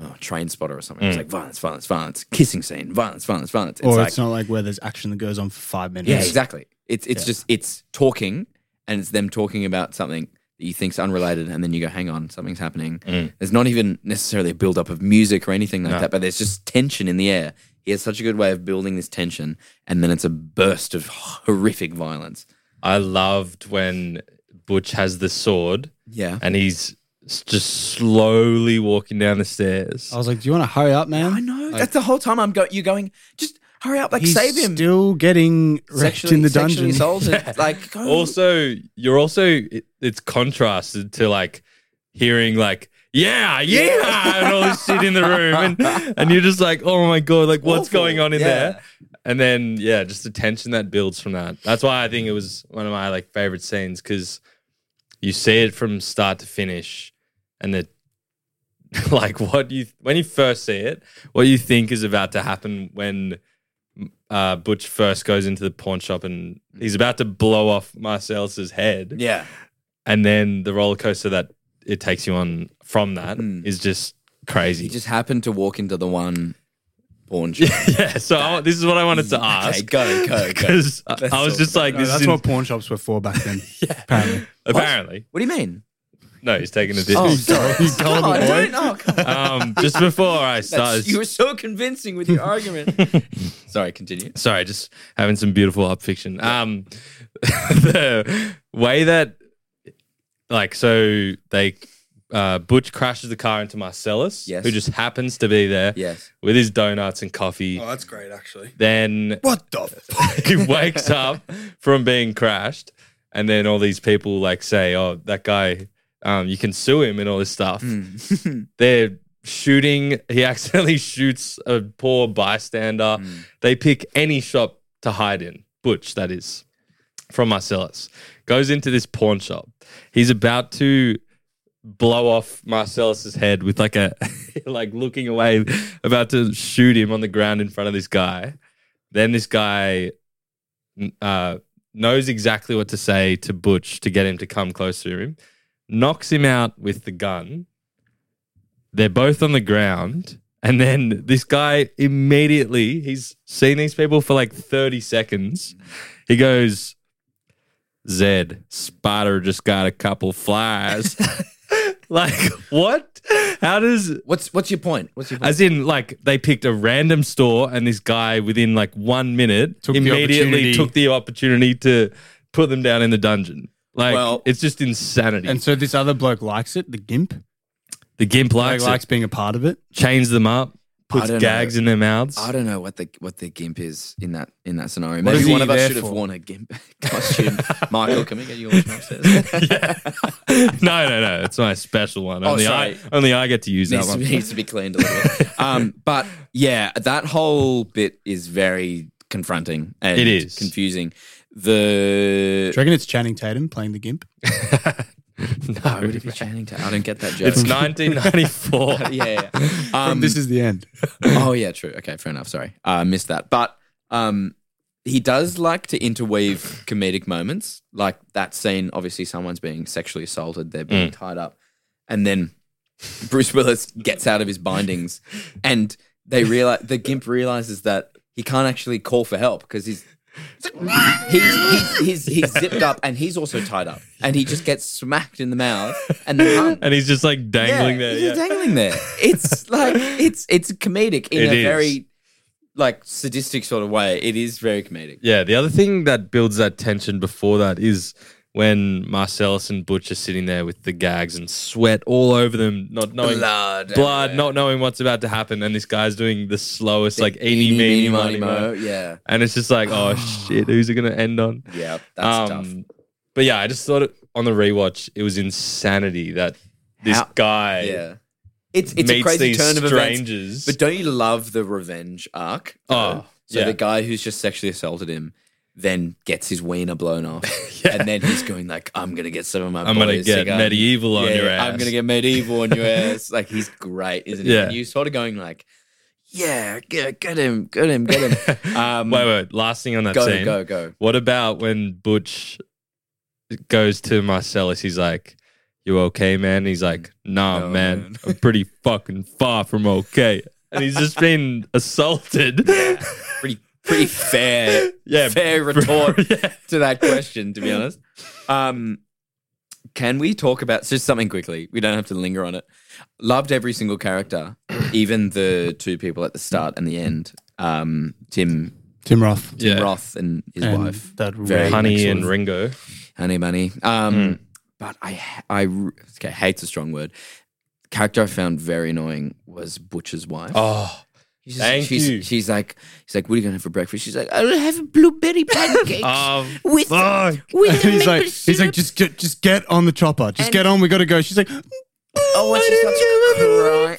[SPEAKER 8] oh, Train Spotter or something. It's like violence, violence, violence, kissing scene, violence, violence, violence. It's
[SPEAKER 7] Mm. or
[SPEAKER 8] like
[SPEAKER 7] it's not like where there's action that goes on for five minutes.
[SPEAKER 8] yeah, exactly. It's it's just it's talking and it's them talking about something that you think's unrelated, and then you go, hang on, something's happening.
[SPEAKER 7] Mm.
[SPEAKER 8] There's not even necessarily a build up of music or anything like that, but there's just tension in the air. He has such a good way of building this tension, and then it's a burst of horrific violence.
[SPEAKER 1] I loved when Butch has the sword
[SPEAKER 8] Yeah.
[SPEAKER 1] and he's s- just slowly walking down the stairs.
[SPEAKER 7] I was like, do you want to hurry up, man?
[SPEAKER 8] I know. That's the whole time I'm going. You're going. Just hurry up, like
[SPEAKER 7] He's
[SPEAKER 8] save him.
[SPEAKER 7] Still getting wrecked
[SPEAKER 8] Sexually-
[SPEAKER 7] in the
[SPEAKER 8] sexually
[SPEAKER 7] dungeon.
[SPEAKER 8] assaulted. Like go.
[SPEAKER 1] also, you're also it, it's contrasted to like hearing like yeah, yeah, and all this shit in the room, and and you're just like, oh my god, like what's
[SPEAKER 8] Awful.
[SPEAKER 1] going on in
[SPEAKER 8] Yeah.
[SPEAKER 1] there? And then yeah, just the tension that builds from that. That's why I think it was one of my like favorite scenes because you see it from start to finish, and the like what you when you first see it, what you think is about to happen when uh, Butch first goes into the pawn shop and he's about to blow off Marcel's head,
[SPEAKER 8] Yeah.
[SPEAKER 1] and then the roller coaster that it takes you on from that is
[SPEAKER 8] Mm.
[SPEAKER 1] just
[SPEAKER 8] He
[SPEAKER 1] crazy.
[SPEAKER 8] just happened to walk into the one pawn shop.
[SPEAKER 1] yeah, so I, this is what I wanted to
[SPEAKER 8] Okay,
[SPEAKER 1] ask
[SPEAKER 8] go, go, go.
[SPEAKER 1] because I, I was
[SPEAKER 8] all.
[SPEAKER 1] just like,
[SPEAKER 7] No,
[SPEAKER 1] this
[SPEAKER 7] that's
[SPEAKER 1] is
[SPEAKER 7] what pawn shops were for back then. Apparently,
[SPEAKER 1] apparently
[SPEAKER 8] What do you mean?
[SPEAKER 1] no, he's taking a
[SPEAKER 8] Oh,
[SPEAKER 1] distance.
[SPEAKER 8] sorry.
[SPEAKER 7] You gullible
[SPEAKER 8] Come on,
[SPEAKER 7] boy.
[SPEAKER 8] don't- oh, come on.
[SPEAKER 1] um, just before I
[SPEAKER 8] That's-
[SPEAKER 1] started,
[SPEAKER 8] You were so convincing with your argument. sorry, continue.
[SPEAKER 1] sorry, just having some beautiful up fiction. Um, the way that, like, so they, uh, Butch crashes the car into Marcellus,
[SPEAKER 8] Yes.
[SPEAKER 1] who just happens to be there
[SPEAKER 8] Yes.
[SPEAKER 1] with his donuts and coffee.
[SPEAKER 7] Oh, that's great actually.
[SPEAKER 1] Then
[SPEAKER 7] What the fuck?
[SPEAKER 1] he wakes up from being crashed, and then all these people like say, "Oh, that guy, um, you can sue him and all this stuff."
[SPEAKER 8] Hmm.
[SPEAKER 1] They're shooting. He accidentally shoots a poor bystander. They pick any shop to hide in. Butch, that is, from Marcellus, goes into this pawn shop. He's about to blow off Marcellus's head with like a like looking away, about to shoot him on the ground in front of this guy. Then this guy n- uh, knows exactly what to say to Butch to get him to come close to him, knocks him out with the gun. They're both on the ground. And then this guy immediately, he's seen these people for like 30 seconds. He goes, Zed, Spider just got a couple flies. like, what? How does
[SPEAKER 8] What's what's your point? What's your point?
[SPEAKER 1] as in, like they picked a random store, and this guy within like one minute
[SPEAKER 7] Took the
[SPEAKER 1] immediately
[SPEAKER 7] opportunity.
[SPEAKER 1] took the opportunity to put them down in the dungeon. Like
[SPEAKER 8] Well-
[SPEAKER 1] it's just insanity.
[SPEAKER 7] And so this other bloke likes it, the gimp.
[SPEAKER 1] the gimp
[SPEAKER 7] Like
[SPEAKER 1] likes, it,
[SPEAKER 7] likes being a part of it.
[SPEAKER 1] chains them up, puts
[SPEAKER 8] don't
[SPEAKER 1] gags
[SPEAKER 8] know.
[SPEAKER 1] in their mouths.
[SPEAKER 8] I don't know what the what the gimp is in that in that scenario.
[SPEAKER 7] What is
[SPEAKER 8] Maybe
[SPEAKER 7] he
[SPEAKER 8] one of us
[SPEAKER 7] there
[SPEAKER 8] should have
[SPEAKER 7] for?
[SPEAKER 8] worn a gimp costume. Michael, can we get you all upstairs?
[SPEAKER 1] no, no, no. It's my special one.
[SPEAKER 8] Oh,
[SPEAKER 1] Only I,
[SPEAKER 8] sorry.
[SPEAKER 1] only I get to use that
[SPEAKER 8] needs, to
[SPEAKER 1] one.
[SPEAKER 8] be, needs to be cleaned a little bit. Um, but yeah, that whole bit is very confronting and
[SPEAKER 1] It is.
[SPEAKER 8] confusing.
[SPEAKER 7] Do you
[SPEAKER 8] The
[SPEAKER 7] reckon it's Channing Tatum playing the gimp?
[SPEAKER 1] no,
[SPEAKER 8] Would it be Channing Tatum? I don't get that joke.
[SPEAKER 1] it's 1994.
[SPEAKER 8] yeah. yeah. Um,
[SPEAKER 7] this is the end.
[SPEAKER 8] oh yeah, true. Okay, fair enough. Sorry, I missed that. But um, he does like to interweave comedic moments, like that scene. Obviously, someone's being sexually assaulted. They're being tied up, and then Bruce Willis gets out of his bindings, and they realize the gimp realizes that he can't actually call for help because he's. He's, he's, he's, he's zipped up and he's also tied up and he just gets smacked in the mouth and the cunt
[SPEAKER 1] and he's just like dangling there.
[SPEAKER 8] he's just
[SPEAKER 1] yeah.
[SPEAKER 8] dangling there. It's like it's it's comedic in
[SPEAKER 1] It
[SPEAKER 8] a
[SPEAKER 1] is.
[SPEAKER 8] very like sadistic sort of way. It is very comedic.
[SPEAKER 1] Yeah, the other thing that builds that tension before that is when Marcellus and Butch are sitting there with the gags and sweat all over them, not knowing blood,
[SPEAKER 8] Blood everywhere.
[SPEAKER 1] not knowing what's about to happen, and this guy's doing the slowest, like eeny, meeny, miny, mo.
[SPEAKER 8] Yeah,
[SPEAKER 1] and it's just like, oh shit, who's it gonna end on?
[SPEAKER 8] yeah,
[SPEAKER 1] Um,
[SPEAKER 8] that's tough.
[SPEAKER 1] But yeah, I just thought it, on the rewatch, it was insanity that this
[SPEAKER 8] How-
[SPEAKER 1] guy
[SPEAKER 8] Yeah, it's it's a
[SPEAKER 1] meets
[SPEAKER 8] crazy
[SPEAKER 1] these
[SPEAKER 8] turn of events.
[SPEAKER 1] strangers.
[SPEAKER 8] But don't you love the revenge arc?
[SPEAKER 1] Oh,
[SPEAKER 8] so
[SPEAKER 1] yeah.
[SPEAKER 8] the guy who's just sexually assaulted him then gets his wiener blown off, and then he's going like, "I'm gonna get some of my
[SPEAKER 1] I'm gonna
[SPEAKER 8] boys
[SPEAKER 1] get
[SPEAKER 8] go-
[SPEAKER 1] medieval on
[SPEAKER 8] Yeah,
[SPEAKER 1] your
[SPEAKER 8] yeah,
[SPEAKER 1] ass.
[SPEAKER 8] I'm gonna get medieval on your ass. Like he's great, isn't he?
[SPEAKER 1] Yeah.
[SPEAKER 8] And you sort of going like, yeah, get, get him, get him, get him. Um,
[SPEAKER 1] wait, wait. Last thing on that
[SPEAKER 8] go,
[SPEAKER 1] scene.
[SPEAKER 8] go, go.
[SPEAKER 1] What about when Butch goes to Marcellus? He's like, "You okay, man?" He's like, "Nah,
[SPEAKER 8] No,
[SPEAKER 1] man,
[SPEAKER 8] man."
[SPEAKER 1] I'm pretty fucking far from okay." And he's just been assaulted. Yeah,
[SPEAKER 8] Pretty, pretty fair, fair retort
[SPEAKER 1] yeah.
[SPEAKER 8] to that question, to be honest. Um, can we talk about just something quickly? We don't have to linger on it. Loved every single character, even the two people at the start and the end. Um, Tim,
[SPEAKER 7] Tim Roth.
[SPEAKER 8] Tim
[SPEAKER 1] Yeah.
[SPEAKER 8] Roth and his
[SPEAKER 7] And
[SPEAKER 8] wife.
[SPEAKER 7] That
[SPEAKER 8] Very
[SPEAKER 7] weird-
[SPEAKER 1] Honey
[SPEAKER 8] Excellent.
[SPEAKER 1] and Ringo.
[SPEAKER 8] Honey Bunny. Um,
[SPEAKER 7] Hmm.
[SPEAKER 8] But I, I, okay, hate's a strong word. Character I found very annoying was Butcher's wife.
[SPEAKER 1] Oh,
[SPEAKER 8] she's,
[SPEAKER 1] thank
[SPEAKER 8] she's,
[SPEAKER 1] you.
[SPEAKER 8] She's like, he's like, what are you gonna have for breakfast? She's like, I'll have a blueberry pancakes
[SPEAKER 1] Oh,
[SPEAKER 8] with
[SPEAKER 1] fuck.
[SPEAKER 8] with
[SPEAKER 7] And he's
[SPEAKER 8] maple
[SPEAKER 7] like, he's
[SPEAKER 8] syrup."
[SPEAKER 7] like, just get, just get on the chopper. Just
[SPEAKER 8] And-
[SPEAKER 7] get on. We got to go. She's like,
[SPEAKER 8] oh, and she starts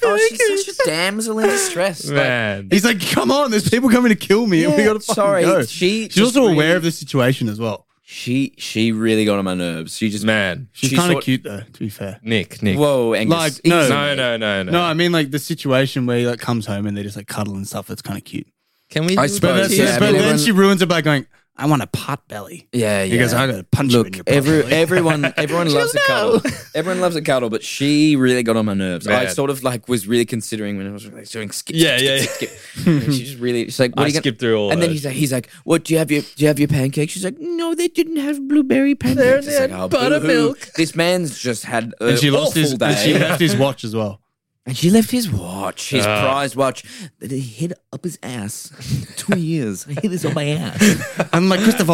[SPEAKER 8] crying. Oh, she's such a damsel in distress. Like,
[SPEAKER 1] man.
[SPEAKER 7] he's like, come on. There's people coming to kill me. and we
[SPEAKER 8] Yeah,
[SPEAKER 7] got to fucking
[SPEAKER 8] sorry,
[SPEAKER 7] go.
[SPEAKER 8] she
[SPEAKER 7] she's
[SPEAKER 8] just
[SPEAKER 7] also
[SPEAKER 8] really-
[SPEAKER 7] aware of the situation as well.
[SPEAKER 8] She she really got on my nerves. She just
[SPEAKER 1] Man.
[SPEAKER 7] She's
[SPEAKER 8] She
[SPEAKER 7] kind of
[SPEAKER 8] sort-
[SPEAKER 7] cute though, to be fair.
[SPEAKER 1] Nick, Nick.
[SPEAKER 8] Whoa, Angus.
[SPEAKER 7] Like, no.
[SPEAKER 8] easy.
[SPEAKER 1] no, no, no, no.
[SPEAKER 7] No, I mean like the situation where he like comes home and they just like cuddle and stuff. That's kind of cute.
[SPEAKER 1] Can we?
[SPEAKER 8] I
[SPEAKER 1] do
[SPEAKER 8] suppose,
[SPEAKER 1] that?
[SPEAKER 7] But, that's,
[SPEAKER 8] yeah,
[SPEAKER 7] but
[SPEAKER 8] I mean,
[SPEAKER 7] then
[SPEAKER 8] everyone-
[SPEAKER 7] she ruins it by going, "I want a pot belly."
[SPEAKER 8] Yeah, yeah.
[SPEAKER 7] He goes, "I gotta punch you in
[SPEAKER 8] Look,
[SPEAKER 7] your
[SPEAKER 8] every,
[SPEAKER 7] belly."
[SPEAKER 8] everyone, everyone loves a cuddle. Everyone loves a cuddle, but she really got on my nerves. I
[SPEAKER 1] Man.
[SPEAKER 8] sort of like was really considering when I was like doing skip.
[SPEAKER 1] Yeah,
[SPEAKER 8] skip,
[SPEAKER 1] yeah,
[SPEAKER 8] skip, skip, skip. she just really. She's like, what
[SPEAKER 1] I
[SPEAKER 8] are you
[SPEAKER 1] skipped
[SPEAKER 8] gonna?
[SPEAKER 1] through all
[SPEAKER 8] And then
[SPEAKER 1] those.
[SPEAKER 8] he's like, he's like, what? Do you have your Do you have your pancakes? She's like, no, they didn't have blueberry pancakes. It's like, oh, buttermilk. This man's just had an
[SPEAKER 7] And she lost
[SPEAKER 8] awful
[SPEAKER 7] his.
[SPEAKER 8] day.
[SPEAKER 7] And she left his watch as well.
[SPEAKER 8] And she left his watch, his
[SPEAKER 1] Ah.
[SPEAKER 8] prized watch, that he hid up his ass. Two years. I hid this on my ass.
[SPEAKER 7] And like Christopher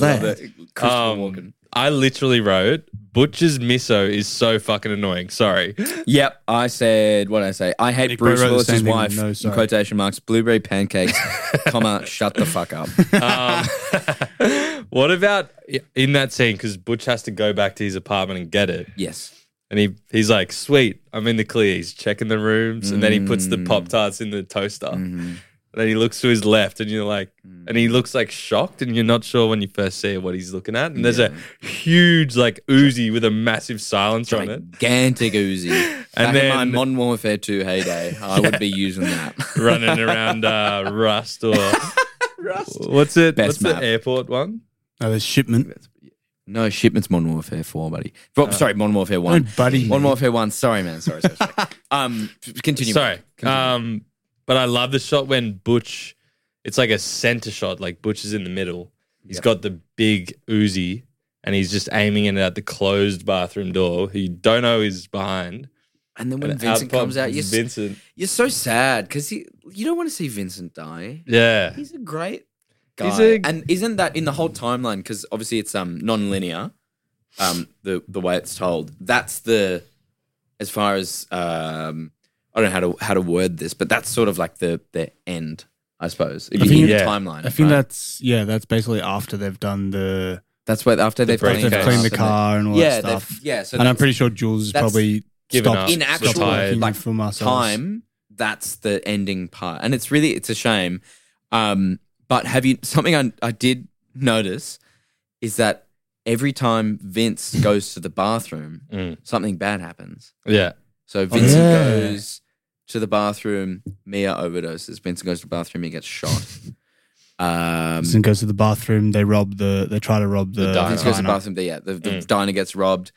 [SPEAKER 7] there.
[SPEAKER 8] Christopher
[SPEAKER 1] Um,
[SPEAKER 8] Walken.
[SPEAKER 1] I literally wrote Butcher's miso is so fucking annoying. Sorry.
[SPEAKER 8] Yep, I said what did I say. I hate
[SPEAKER 7] Nick
[SPEAKER 8] Bruce
[SPEAKER 7] Bro wrote the
[SPEAKER 8] Willis's
[SPEAKER 7] same thing,
[SPEAKER 8] wife.
[SPEAKER 7] no,
[SPEAKER 8] in
[SPEAKER 7] sorry.
[SPEAKER 8] quotation marks, blueberry pancakes, comma, shut the fuck up.
[SPEAKER 1] Um, what about in that scene? Because Butch has to go back to his apartment and get it,
[SPEAKER 8] Yes.
[SPEAKER 1] and he he's like, "Sweet, I'm in the clear." He's checking the rooms, and then he puts the
[SPEAKER 8] Mm.
[SPEAKER 1] pop tarts in the toaster.
[SPEAKER 8] Mm-hmm.
[SPEAKER 1] And then he looks to his left, and you're like, and he looks like shocked, and you're not sure when you first see what he's looking at. And there's a huge like Uzi with a massive silence on it.
[SPEAKER 8] Gigantic Uzi. Back in my
[SPEAKER 1] then-
[SPEAKER 8] Modern Warfare 2 heyday, I would be using that.
[SPEAKER 1] running around uh, Rust or What's it?
[SPEAKER 8] Best
[SPEAKER 1] what's
[SPEAKER 8] map.
[SPEAKER 1] the airport one?
[SPEAKER 7] No, Oh, there's shipment.
[SPEAKER 8] No, shipments Modern Warfare 4, buddy. Well,
[SPEAKER 7] Oh.
[SPEAKER 8] sorry, Modern Warfare 1.
[SPEAKER 7] buddy.
[SPEAKER 8] Modern Warfare 1. Sorry, man. Sorry, sorry, sorry. um, f- continue.
[SPEAKER 1] Sorry,
[SPEAKER 8] Continue.
[SPEAKER 1] um, but I love the shot when Butch. It's like a center shot. Like Butch is in the middle. He's got the big Uzi, and he's just aiming it at the closed bathroom door. He don't know is behind.
[SPEAKER 8] and then when
[SPEAKER 1] And
[SPEAKER 8] Vincent
[SPEAKER 1] pops
[SPEAKER 8] comes out, you're, s-
[SPEAKER 1] Vincent.
[SPEAKER 8] you're so sad because you don't want to see Vincent die.
[SPEAKER 1] Yeah,
[SPEAKER 8] He's a great guy.
[SPEAKER 1] He's a-
[SPEAKER 8] and isn't that in the whole timeline? Because obviously it's um non-linear, um the the way it's told. That's the as far as um I don't know how to how to word this, but that's sort of like the the end, I suppose. If
[SPEAKER 7] I
[SPEAKER 8] you
[SPEAKER 7] think-
[SPEAKER 8] in the
[SPEAKER 1] yeah.
[SPEAKER 8] timeline,
[SPEAKER 7] I think
[SPEAKER 8] right?
[SPEAKER 7] that's yeah. That's basically after they've done the
[SPEAKER 8] that's where after they've
[SPEAKER 1] break
[SPEAKER 8] cleaned,
[SPEAKER 7] they've
[SPEAKER 1] Okay.
[SPEAKER 7] cleaned the
[SPEAKER 8] up,
[SPEAKER 7] car and all
[SPEAKER 8] yeah,
[SPEAKER 7] that stuff.
[SPEAKER 8] they've- yeah. So
[SPEAKER 7] and I'm
[SPEAKER 8] that's-
[SPEAKER 7] pretty sure Jules is
[SPEAKER 8] that's
[SPEAKER 7] probably
[SPEAKER 1] given
[SPEAKER 7] stopped
[SPEAKER 1] up.
[SPEAKER 8] in actual
[SPEAKER 1] Retired.
[SPEAKER 8] like
[SPEAKER 7] from ourselves.
[SPEAKER 8] time that's the ending part and it's really it's a shame um but have you something I, I did notice is that every time vince goes to the bathroom
[SPEAKER 1] Mm.
[SPEAKER 8] something bad happens
[SPEAKER 1] yeah.
[SPEAKER 8] so vincent
[SPEAKER 7] Oh, yeah.
[SPEAKER 8] goes to the bathroom mia overdoses vincent goes to the bathroom he gets shot um
[SPEAKER 7] Vincent goes to the bathroom. They rob the. They try to rob the.
[SPEAKER 1] The diner.
[SPEAKER 8] Vince goes to the
[SPEAKER 7] diner.
[SPEAKER 8] bathroom. Yeah, the, the
[SPEAKER 1] Mm.
[SPEAKER 8] diner gets robbed.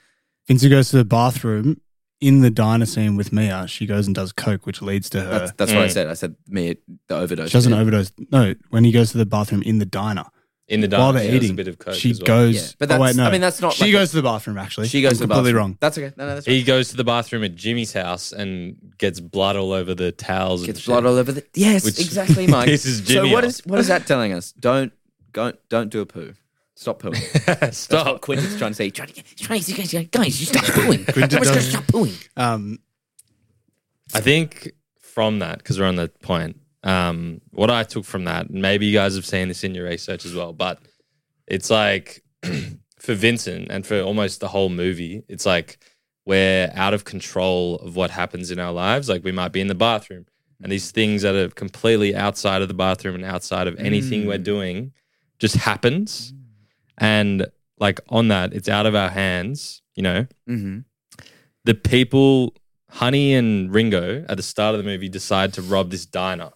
[SPEAKER 7] Vincent goes to the bathroom in the diner scene with Mia. She goes and does coke, which leads to her.
[SPEAKER 8] That's, that's what I
[SPEAKER 1] Mm.
[SPEAKER 8] said. I said, "Mia, the overdose."
[SPEAKER 7] Uh, she doesn't
[SPEAKER 8] Yeah.
[SPEAKER 7] overdose. No, when he goes to the bathroom in the diner
[SPEAKER 1] In the dark,
[SPEAKER 7] while they're
[SPEAKER 1] she has
[SPEAKER 7] eating,
[SPEAKER 1] a bit of coke.
[SPEAKER 7] she
[SPEAKER 1] as well.
[SPEAKER 7] goes.
[SPEAKER 8] Yeah, but
[SPEAKER 7] oh, wait,
[SPEAKER 8] that's-
[SPEAKER 7] no.
[SPEAKER 8] I mean, that's not
[SPEAKER 7] She
[SPEAKER 8] like
[SPEAKER 7] goes to the bathroom. Actually,
[SPEAKER 8] She goes
[SPEAKER 7] I'm
[SPEAKER 8] to the
[SPEAKER 7] completely
[SPEAKER 8] bathroom.
[SPEAKER 7] wrong.
[SPEAKER 8] That's okay. No, no, that's right.
[SPEAKER 1] He goes to the bathroom at Jimmy's house and gets blood all over the towels. and
[SPEAKER 8] Gets
[SPEAKER 1] shit.
[SPEAKER 8] blood all over the yes,
[SPEAKER 1] Which
[SPEAKER 8] exactly, Mike.
[SPEAKER 1] pisses
[SPEAKER 8] so
[SPEAKER 1] Jimmy
[SPEAKER 8] what
[SPEAKER 1] off.
[SPEAKER 8] is what is that telling us? Don't go, don't do a poo. Stop pooing. That's
[SPEAKER 1] Stop.
[SPEAKER 8] what Quentin's trying to say. He's Trying to, he's trying to guys, guys, you stop pooing.
[SPEAKER 7] Quentin
[SPEAKER 8] Everyone's gonna
[SPEAKER 7] does-
[SPEAKER 8] stop pooing.
[SPEAKER 7] Um,
[SPEAKER 1] I think from that, because we're on that point, um, what I took from that, and maybe you guys have seen this in your research as well, but it's like for Vincent and for almost the whole movie, it's like we're out of control of what happens in our lives. Like we might be in the bathroom and these things that are completely outside of the bathroom and outside of anything we're doing just happens. And like on that, it's out of our hands, you know?
[SPEAKER 8] Mm-hmm.
[SPEAKER 1] the people, Honey and Ringo, at the start of the movie, decide to rob this diner.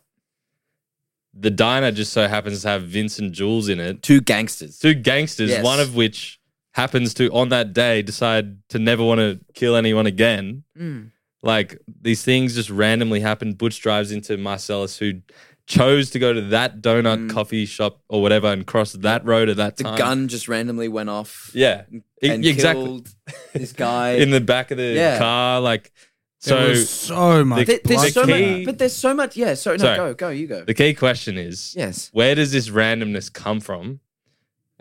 [SPEAKER 1] The diner just so happens to have Vince and Jules in it,
[SPEAKER 8] Two gangsters.
[SPEAKER 1] two gangsters,
[SPEAKER 8] Yes.
[SPEAKER 1] one of which happens to, on that day, decide to never want to kill anyone again.
[SPEAKER 8] Mm.
[SPEAKER 1] Like these things just randomly happen. Butch drives into Marcellus, who chose to go to that donut coffee shop or whatever and cross that road at that
[SPEAKER 8] Mm. The
[SPEAKER 1] time.
[SPEAKER 8] gun just randomly went off.
[SPEAKER 1] Yeah.
[SPEAKER 8] and
[SPEAKER 1] exactly.
[SPEAKER 8] killed this guy.
[SPEAKER 1] In the back of the
[SPEAKER 8] Yeah.
[SPEAKER 1] car. Like,
[SPEAKER 7] so
[SPEAKER 1] so
[SPEAKER 7] so much.
[SPEAKER 1] the-
[SPEAKER 8] There- there's
[SPEAKER 1] the
[SPEAKER 8] so
[SPEAKER 1] key-
[SPEAKER 8] much, but there's so much. Yeah, so no,
[SPEAKER 1] Sorry.
[SPEAKER 8] go, go, you go.
[SPEAKER 1] The key question is,
[SPEAKER 8] yes,
[SPEAKER 1] where does this randomness come from?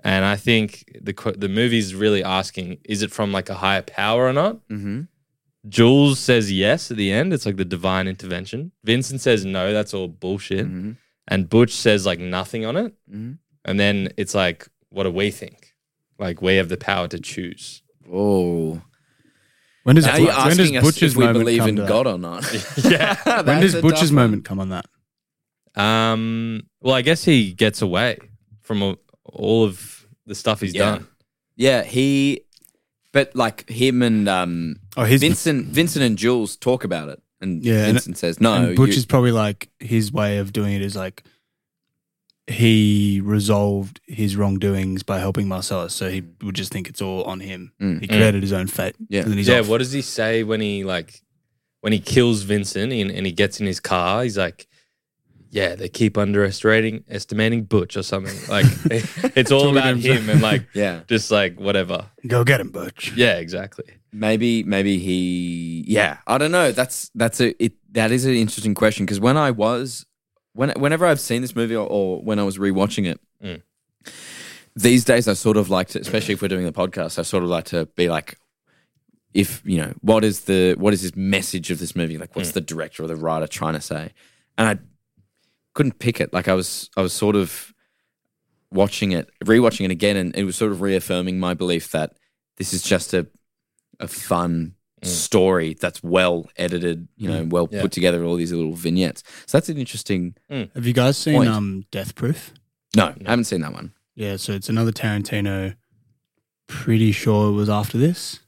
[SPEAKER 1] And I think the qu- the movie's really asking, is it from like a higher power or not?
[SPEAKER 8] mm-hmm.
[SPEAKER 1] Jules says yes at the end. It's like the divine intervention. Vincent says no, that's all bullshit.
[SPEAKER 8] Mhm.
[SPEAKER 1] And Butch says like nothing on it.
[SPEAKER 8] Mhm.
[SPEAKER 1] And then it's like, what do we think? Like we have the power to choose.
[SPEAKER 8] Oh,
[SPEAKER 7] when does
[SPEAKER 8] now you're
[SPEAKER 7] when does
[SPEAKER 8] asking us
[SPEAKER 7] Butcher's
[SPEAKER 8] if we
[SPEAKER 7] moment
[SPEAKER 8] believe
[SPEAKER 7] come
[SPEAKER 8] in
[SPEAKER 7] to that?
[SPEAKER 8] God or not.
[SPEAKER 1] yeah.
[SPEAKER 7] When
[SPEAKER 8] That's
[SPEAKER 7] does
[SPEAKER 8] a
[SPEAKER 7] Butcher's
[SPEAKER 8] tough one.
[SPEAKER 7] moment come on that?
[SPEAKER 1] Um. Well, I guess he gets away from a- all of the stuff he's
[SPEAKER 8] Yeah.
[SPEAKER 1] done.
[SPEAKER 8] Yeah, he, but like him and um,
[SPEAKER 7] Oh, his
[SPEAKER 8] Vincent, Vincent and Jules talk about it, and
[SPEAKER 7] Yeah, and-
[SPEAKER 8] Vincent says, "No,
[SPEAKER 7] and Butch
[SPEAKER 8] Uh, you-
[SPEAKER 7] is probably like his way of doing it is like he resolved his wrongdoings by helping Marcellus, so he would just think it's all on him.
[SPEAKER 8] Mm.
[SPEAKER 7] He created his own fate.
[SPEAKER 8] Yeah.
[SPEAKER 7] and then he's
[SPEAKER 1] yeah,
[SPEAKER 7] off.
[SPEAKER 1] what does he say when he like when he kills Vincent in, and he gets in his car? He's like, "Yeah, they keep underestimating estimating Butch or something." Like it's all about him and like
[SPEAKER 8] yeah,
[SPEAKER 1] just like whatever.
[SPEAKER 7] Go get him, Butch.
[SPEAKER 1] Yeah, exactly.
[SPEAKER 8] maybe, maybe he, yeah, I don't know. That's that's a it. That is an interesting question because when I was, when whenever I've seen this movie or, or when I was rewatching it,
[SPEAKER 1] Mm.
[SPEAKER 8] these days I sort of like to, especially if we're doing the podcast, I sort of like to be like, if you know what is the what is this message of this movie like what's the director or the writer trying to say and i couldn't pick it like i was i was sort of watching it rewatching it again and it was sort of reaffirming my belief that this is just a a fun story that's well edited you know well
[SPEAKER 1] Yeah.
[SPEAKER 8] put together all these little vignettes so that's an interesting
[SPEAKER 7] Have you guys seen
[SPEAKER 8] Point.
[SPEAKER 7] um, Death Proof?
[SPEAKER 8] no i haven't seen that one
[SPEAKER 7] Yeah, so it's another Tarantino. Pretty sure it was after this.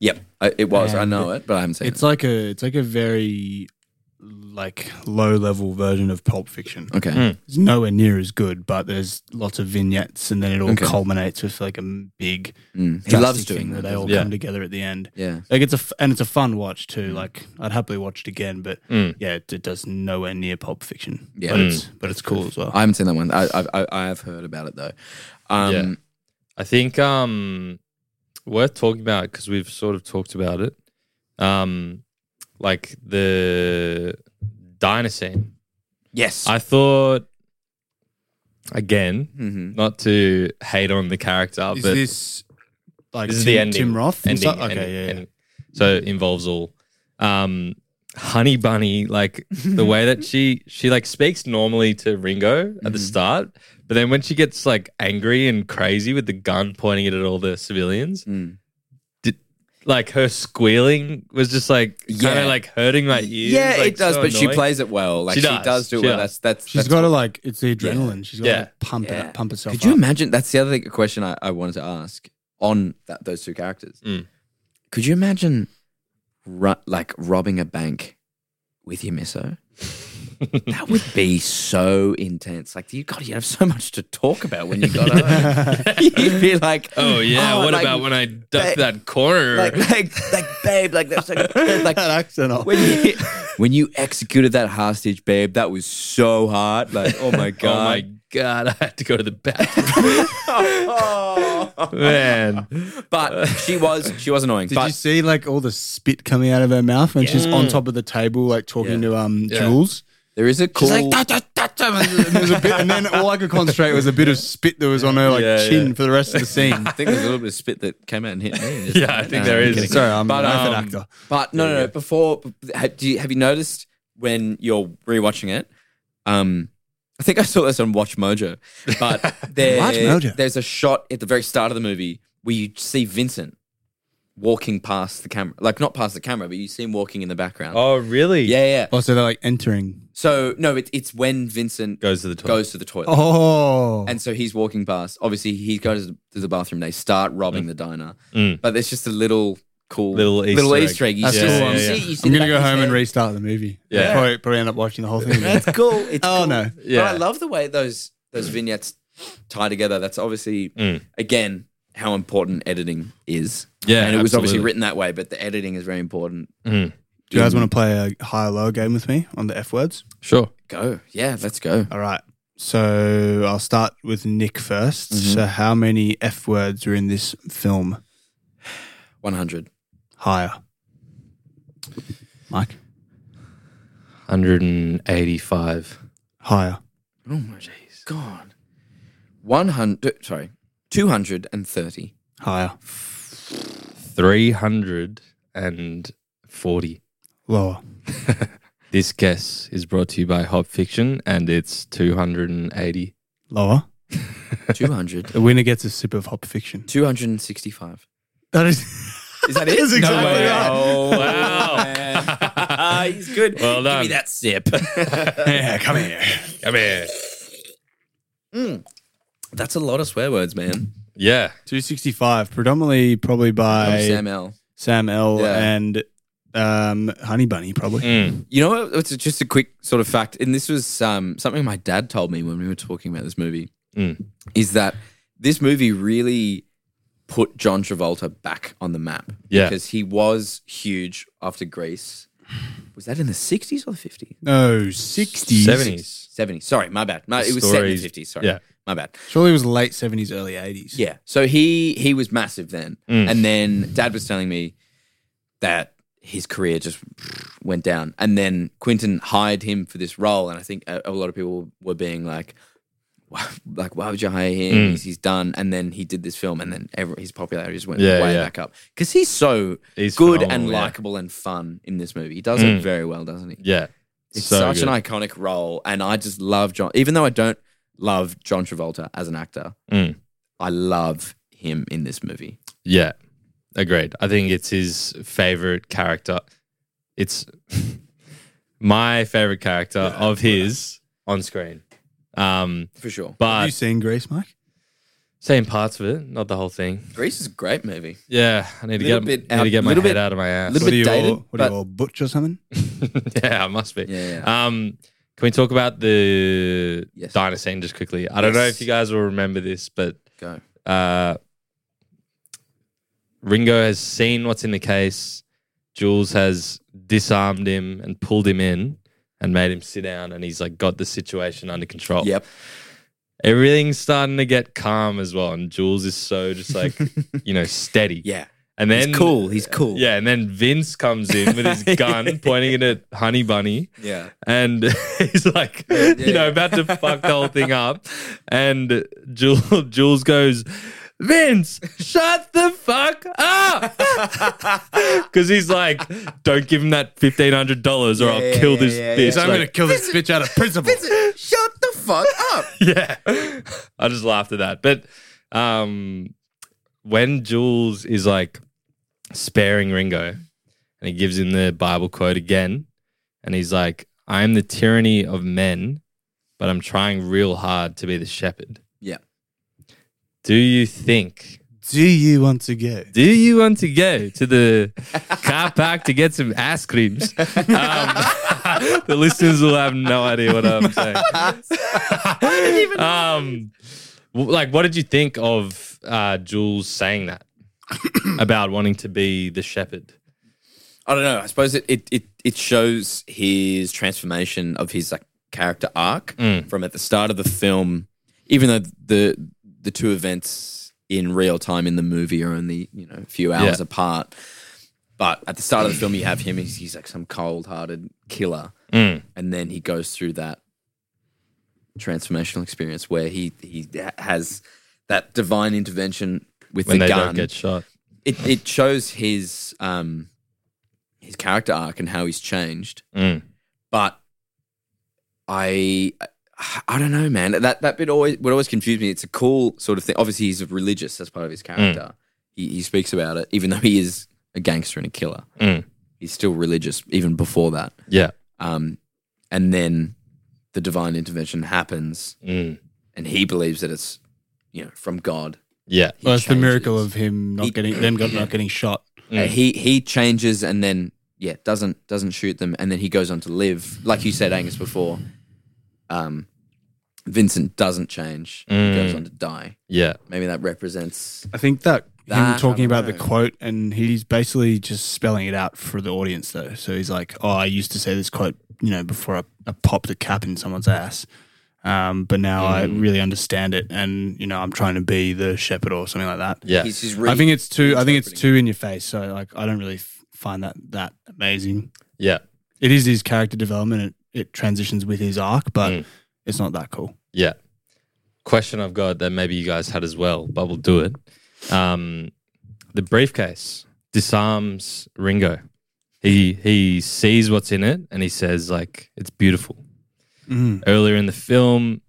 [SPEAKER 8] yep I, it was i
[SPEAKER 7] And
[SPEAKER 8] know it but i haven't seen
[SPEAKER 7] It's
[SPEAKER 8] it
[SPEAKER 7] like a it's like a very like low level version of Pulp Fiction.
[SPEAKER 8] okay
[SPEAKER 7] It's nowhere near as good, but there's lots of vignettes, and then it all
[SPEAKER 8] Okay.
[SPEAKER 7] culminates with like a m- big.
[SPEAKER 8] Mm. he
[SPEAKER 7] drastic
[SPEAKER 8] loves
[SPEAKER 7] thing
[SPEAKER 8] doing
[SPEAKER 7] where
[SPEAKER 8] that
[SPEAKER 7] They all
[SPEAKER 1] Yeah.
[SPEAKER 7] come together at the end.
[SPEAKER 8] yeah
[SPEAKER 7] Like it's a f- and it's a fun watch too.
[SPEAKER 8] Mm.
[SPEAKER 7] Like I'd happily watch it again, but
[SPEAKER 1] Mm.
[SPEAKER 7] yeah, it, it does nowhere near Pulp Fiction.
[SPEAKER 8] Yeah.
[SPEAKER 7] but it's but it's cool as well.
[SPEAKER 8] I haven't seen that one. I I, I, I have heard about it though. Um,
[SPEAKER 1] Yeah. I think um worth talking about because we've sort of talked about it. Um, like the diner scene.
[SPEAKER 8] Yes.
[SPEAKER 1] I thought again,
[SPEAKER 8] Mhm.
[SPEAKER 1] not to hate on the character,
[SPEAKER 7] is
[SPEAKER 1] but
[SPEAKER 7] this like
[SPEAKER 1] this
[SPEAKER 7] Tim,
[SPEAKER 1] is the ending.
[SPEAKER 7] Tim Roth? and
[SPEAKER 1] ending,
[SPEAKER 7] stuff? okay,
[SPEAKER 1] ending,
[SPEAKER 7] yeah, yeah.
[SPEAKER 1] ending. So it involves all. Um, Honey Bunny, like the way that she she like speaks normally to Ringo at
[SPEAKER 8] Mm-hmm.
[SPEAKER 1] the start, but then when she gets like angry and crazy with the gun pointing it at all the civilians,
[SPEAKER 8] Mm.
[SPEAKER 1] did, like her squealing was just like kind
[SPEAKER 8] Yeah.
[SPEAKER 1] of like hurting my ears.
[SPEAKER 8] yeah,
[SPEAKER 1] like,
[SPEAKER 8] it does,
[SPEAKER 1] so
[SPEAKER 8] but she
[SPEAKER 1] annoying.
[SPEAKER 8] plays it well. Like
[SPEAKER 1] She
[SPEAKER 8] she does,
[SPEAKER 1] does,
[SPEAKER 8] do it
[SPEAKER 1] she
[SPEAKER 8] well.
[SPEAKER 1] does.
[SPEAKER 8] That's that's
[SPEAKER 7] She's
[SPEAKER 8] that's
[SPEAKER 7] got to
[SPEAKER 8] what-
[SPEAKER 7] like it's the adrenaline. She's got to
[SPEAKER 1] Yeah.
[SPEAKER 7] pump
[SPEAKER 8] Yeah.
[SPEAKER 7] it, pump herself.
[SPEAKER 8] Could you
[SPEAKER 7] up.
[SPEAKER 8] imagine? That's the other thing- question I, I wanted to ask on that, those two characters.
[SPEAKER 1] Mm.
[SPEAKER 8] Could you imagine, ru- like robbing a bank with your miso? that would be so intense. Like you, God, you have so much to talk about when you got home. You'd be like,
[SPEAKER 1] Oh yeah, what
[SPEAKER 8] like-
[SPEAKER 1] about when I ducked
[SPEAKER 8] that-
[SPEAKER 1] that corner? Oh
[SPEAKER 8] like, like, like, babe, like that's like, like
[SPEAKER 7] that accent off?
[SPEAKER 8] when you when you executed that hostage, babe, that was so hard. Like, oh
[SPEAKER 1] oh
[SPEAKER 8] my
[SPEAKER 1] my
[SPEAKER 8] god,
[SPEAKER 1] god, I had to go to the bathroom. Oh Man,
[SPEAKER 8] but she was she was annoying.
[SPEAKER 7] Did
[SPEAKER 8] but
[SPEAKER 7] you see like all the spit coming out of her mouth when she's on top of the table, like talking
[SPEAKER 8] Yeah.
[SPEAKER 7] to um
[SPEAKER 1] Mm. Yeah.
[SPEAKER 7] Jules?
[SPEAKER 8] there is a cool.
[SPEAKER 7] And, there was a bit, and then all I could concentrate was a bit of spit that was on her like
[SPEAKER 1] Yeah,
[SPEAKER 7] chin
[SPEAKER 1] yeah.
[SPEAKER 7] for the rest of the scene.
[SPEAKER 8] I think there's a little bit of spit that came out and hit me. Just-
[SPEAKER 1] yeah, I think
[SPEAKER 8] No,
[SPEAKER 1] there
[SPEAKER 8] I'm
[SPEAKER 1] is.
[SPEAKER 8] kidding.
[SPEAKER 7] Sorry, I'm
[SPEAKER 8] But,
[SPEAKER 7] not
[SPEAKER 8] um,
[SPEAKER 7] an actor.
[SPEAKER 8] But no, no, no. Before, have, do you, have you noticed when you're rewatching it? Um, I think I saw this on Watch Mojo, but there,
[SPEAKER 7] Watch Mojo.
[SPEAKER 8] there's a shot at the very start of the movie where you see Vincent walking past the camera, like not past the camera, but you see him walking in the background.
[SPEAKER 1] Oh really?
[SPEAKER 8] yeah, yeah.
[SPEAKER 7] Oh, so they're like entering.
[SPEAKER 8] So no, it, it's when Vincent
[SPEAKER 1] Goes
[SPEAKER 8] goes,
[SPEAKER 1] to the toilet.
[SPEAKER 8] goes to the toilet.
[SPEAKER 7] Oh,
[SPEAKER 8] And so he's walking past. Obviously, he goes to the bathroom. They start robbing the diner,
[SPEAKER 1] Mm.
[SPEAKER 8] but there's just a little cool
[SPEAKER 1] Little
[SPEAKER 8] little
[SPEAKER 1] Easter
[SPEAKER 8] Easter
[SPEAKER 1] egg.
[SPEAKER 8] egg. You
[SPEAKER 7] That's
[SPEAKER 8] see-
[SPEAKER 7] cool.
[SPEAKER 8] you
[SPEAKER 1] Yeah,
[SPEAKER 8] see-
[SPEAKER 1] yeah,
[SPEAKER 8] you see
[SPEAKER 7] I'm
[SPEAKER 8] the
[SPEAKER 7] gonna
[SPEAKER 8] back
[SPEAKER 7] go
[SPEAKER 8] of his
[SPEAKER 7] home and
[SPEAKER 8] head.
[SPEAKER 7] restart the movie.
[SPEAKER 1] Yeah.
[SPEAKER 7] probably, probably end up watching the whole thing. Again.
[SPEAKER 8] That's cool. It's
[SPEAKER 7] Oh,
[SPEAKER 8] cool.
[SPEAKER 7] no.
[SPEAKER 1] Yeah.
[SPEAKER 8] But I love the way those those vignettes tie together. That's obviously
[SPEAKER 1] Mm.
[SPEAKER 8] again how important editing is.
[SPEAKER 1] Yeah,
[SPEAKER 8] and it was obviously
[SPEAKER 1] absolutely.
[SPEAKER 8] written that way, but the editing is very important.
[SPEAKER 1] Mm.
[SPEAKER 7] Do you guys want to play a high or low game with me on the F words?
[SPEAKER 1] Sure.
[SPEAKER 8] Go, yeah, let's go.
[SPEAKER 7] All right. So I'll start with Nick 1st
[SPEAKER 8] Mm-hmm.
[SPEAKER 7] So how many F words are in this film?
[SPEAKER 8] One hundred.
[SPEAKER 7] Higher. Mike?
[SPEAKER 1] 185.
[SPEAKER 7] Higher.
[SPEAKER 8] Oh my jeez, God. One hundred. Sorry, two hundred and thirty.
[SPEAKER 7] Higher.
[SPEAKER 1] 340.
[SPEAKER 7] Lower.
[SPEAKER 1] This guess is brought to you by Hop Fiction and it's 280.
[SPEAKER 7] Lower.
[SPEAKER 8] Two hundred.
[SPEAKER 7] The winner gets a sip of hop fiction.
[SPEAKER 8] Two hundred and sixty-five.
[SPEAKER 7] That is
[SPEAKER 8] Is that it?
[SPEAKER 7] That's exactly
[SPEAKER 8] way.
[SPEAKER 7] right.
[SPEAKER 8] Oh
[SPEAKER 1] Wow.
[SPEAKER 8] man. Ah, he's good.
[SPEAKER 1] Well
[SPEAKER 8] Give
[SPEAKER 1] done.
[SPEAKER 8] me that sip.
[SPEAKER 7] Yeah, come here.
[SPEAKER 1] Come here.
[SPEAKER 8] That's a lot of swear words, man.
[SPEAKER 1] Yeah.
[SPEAKER 7] 265, predominantly probably by Sam,
[SPEAKER 8] Sam L.
[SPEAKER 7] L
[SPEAKER 8] Yeah. Mm.
[SPEAKER 7] and um, Honey Bunny, probably.
[SPEAKER 1] Mm.
[SPEAKER 8] You know, what? it's just a quick sort of fact, and this was um, something my dad told me when we were talking about this movie,
[SPEAKER 9] Mm.
[SPEAKER 8] is that this movie really put John Travolta back on the map.
[SPEAKER 1] Yeah.
[SPEAKER 8] because he was huge after Greece. Was that in the sixties or the fifties?
[SPEAKER 7] No, 60s.
[SPEAKER 9] 70s.
[SPEAKER 8] Seventies. Sorry, my bad. My, it was set in the
[SPEAKER 9] Stories.
[SPEAKER 8] fifties. Sorry,
[SPEAKER 1] Yeah.
[SPEAKER 8] my bad.
[SPEAKER 7] Surely it was late 70s, early 80s.
[SPEAKER 8] Yeah. So he he was massive then,
[SPEAKER 1] Hmm. Mm.
[SPEAKER 8] and then Dad was telling me that his career just went down, and then Quentin hired him for this role, and I think a, a lot of people were being like. "Why- Like, why would you hire him?
[SPEAKER 1] Hmm.
[SPEAKER 8] He's, he's done, and then he did this film, and then every, his popularity just went
[SPEAKER 1] Yeah,
[SPEAKER 8] way
[SPEAKER 1] yeah.
[SPEAKER 8] back up because he's so
[SPEAKER 1] He's
[SPEAKER 8] good and
[SPEAKER 1] phenomenal, yeah.
[SPEAKER 8] likable and fun in this movie. He does it very well, doesn't he?
[SPEAKER 1] Yeah.
[SPEAKER 8] It's
[SPEAKER 1] So
[SPEAKER 8] such
[SPEAKER 1] good.
[SPEAKER 8] an iconic role, and I just love John. Even though I don't love John Travolta as an actor,
[SPEAKER 1] Mm.
[SPEAKER 8] I love him in this movie.
[SPEAKER 1] Yeah. Agreed. I think it's his favorite character. It's my favorite character of his on screen. Um,
[SPEAKER 8] For sure.
[SPEAKER 7] Have
[SPEAKER 1] but
[SPEAKER 7] you seen Grace, Mike?
[SPEAKER 1] same parts of it, not the whole thing.
[SPEAKER 8] Grease is a great movie.
[SPEAKER 1] Yeah, I need to
[SPEAKER 8] Little
[SPEAKER 1] get
[SPEAKER 8] bit
[SPEAKER 1] I need
[SPEAKER 8] out-
[SPEAKER 1] to get my head
[SPEAKER 8] little bit-
[SPEAKER 1] out of my ass.
[SPEAKER 8] little
[SPEAKER 7] What are
[SPEAKER 8] bit
[SPEAKER 7] you,
[SPEAKER 8] dated,
[SPEAKER 7] all, what are
[SPEAKER 8] but-
[SPEAKER 7] you all, Butch or something?
[SPEAKER 1] yeah, I must be.
[SPEAKER 8] Yeah,
[SPEAKER 1] Um, can we talk about the
[SPEAKER 8] Yes.
[SPEAKER 1] diner scene just quickly? I don't know
[SPEAKER 8] Yes.
[SPEAKER 1] if you guys will remember this, but
[SPEAKER 8] Go.
[SPEAKER 1] uh, Ringo has seen what's in the case. Jules has disarmed him and pulled him in and made him sit down, and he's like got the situation under control.
[SPEAKER 8] Yep.
[SPEAKER 1] everything's starting to get calm as well, and Jules is so just like you know steady.
[SPEAKER 8] Yeah.
[SPEAKER 1] and then
[SPEAKER 8] He's cool. He's cool.
[SPEAKER 1] Yeah, and then Vince comes in with his gun pointing it at Honey Bunny.
[SPEAKER 8] Yeah.
[SPEAKER 1] And he's like, you know, about to fuck the whole thing up. And Jules, Jules goes, Vince, shut the fuck up. Because he's like, don't give him that $1,500 or I'll
[SPEAKER 8] Yeah,
[SPEAKER 1] kill
[SPEAKER 8] yeah,
[SPEAKER 1] this
[SPEAKER 8] yeah,
[SPEAKER 1] bitch.
[SPEAKER 8] yeah.
[SPEAKER 7] I'm
[SPEAKER 1] Like,
[SPEAKER 7] going to kill this bitch out of principle.
[SPEAKER 8] Shut the fuck up.
[SPEAKER 1] yeah. I just laughed at that. But um, when Jules is like sparing Ringo and he gives him the Bible quote again, and he's like, I am the tyranny of men, but I'm trying real hard to be the shepherd.
[SPEAKER 8] Yeah.
[SPEAKER 1] Do you think,
[SPEAKER 7] Do you want to go?
[SPEAKER 1] do you want to go to the car park to get some ice creams? Um, the listeners will have no idea what I'm saying um, w- like, what did you think of uh, Jules saying that about wanting to be the shepherd?
[SPEAKER 8] I don't know. I suppose it it it, it shows his transformation of his like character arc
[SPEAKER 1] Mm.
[SPEAKER 8] from at the start of the film, even though the the two events in real time in the movie are only you know a few hours
[SPEAKER 1] Yeah.
[SPEAKER 8] apart. But at the start of the film, you have him. He's, he's like some cold-hearted killer,
[SPEAKER 1] Mm.
[SPEAKER 8] and then he goes through that transformational experience where he he ha- has that divine intervention with
[SPEAKER 1] When
[SPEAKER 8] the
[SPEAKER 1] they
[SPEAKER 8] gun
[SPEAKER 1] don't get shot.
[SPEAKER 8] it it shows his um his character arc and how he's changed.
[SPEAKER 1] Mm.
[SPEAKER 8] But I I don't know, man. That that bit always would always confuse me. It's a cool sort of thing. Obviously, he's religious as part of his character. He he speaks about it, even though he is a gangster and a killer.
[SPEAKER 1] Mm.
[SPEAKER 8] He's still religious even before that.
[SPEAKER 1] Yeah.
[SPEAKER 8] Um, and then the divine intervention happens,
[SPEAKER 1] Mm.
[SPEAKER 8] and he believes that it's you know from God.
[SPEAKER 1] Yeah.
[SPEAKER 8] He
[SPEAKER 7] Well, it's the
[SPEAKER 8] changes.
[SPEAKER 7] miracle of him not
[SPEAKER 8] He-
[SPEAKER 7] getting them got, not getting shot.
[SPEAKER 8] Uh, he he changes and then yeah doesn't doesn't shoot them and then he goes on to live like you said Angus before. Um, Vincent doesn't change.
[SPEAKER 7] Mm.
[SPEAKER 8] He goes on to die.
[SPEAKER 1] Yeah.
[SPEAKER 8] Maybe that represents
[SPEAKER 7] I think that, him
[SPEAKER 8] That,
[SPEAKER 7] talking
[SPEAKER 8] I don't
[SPEAKER 7] about the
[SPEAKER 8] know.
[SPEAKER 7] quote, and he's basically just spelling it out for the audience, though. So he's like, "Oh, I used to say this quote, you know, before I, I popped a cap in someone's ass, um, but now I
[SPEAKER 8] Mm.
[SPEAKER 7] really understand it, and you know, I'm trying to be the shepherd or something like that."
[SPEAKER 1] Yeah.
[SPEAKER 8] he's just
[SPEAKER 7] I think it's too. I think it's
[SPEAKER 8] reinterpreting
[SPEAKER 7] too in your face. So like, I don't really f- find that that amazing.
[SPEAKER 1] Yeah.
[SPEAKER 7] It is his character development. It, it transitions with his arc, but
[SPEAKER 1] Mm.
[SPEAKER 7] it's not that cool.
[SPEAKER 1] Yeah. Question I've got that maybe you guys had as well, but we'll do it. Um, the briefcase disarms Ringo. He he sees what's in it and he says like it's beautiful.
[SPEAKER 7] Mm.
[SPEAKER 1] Earlier in the film,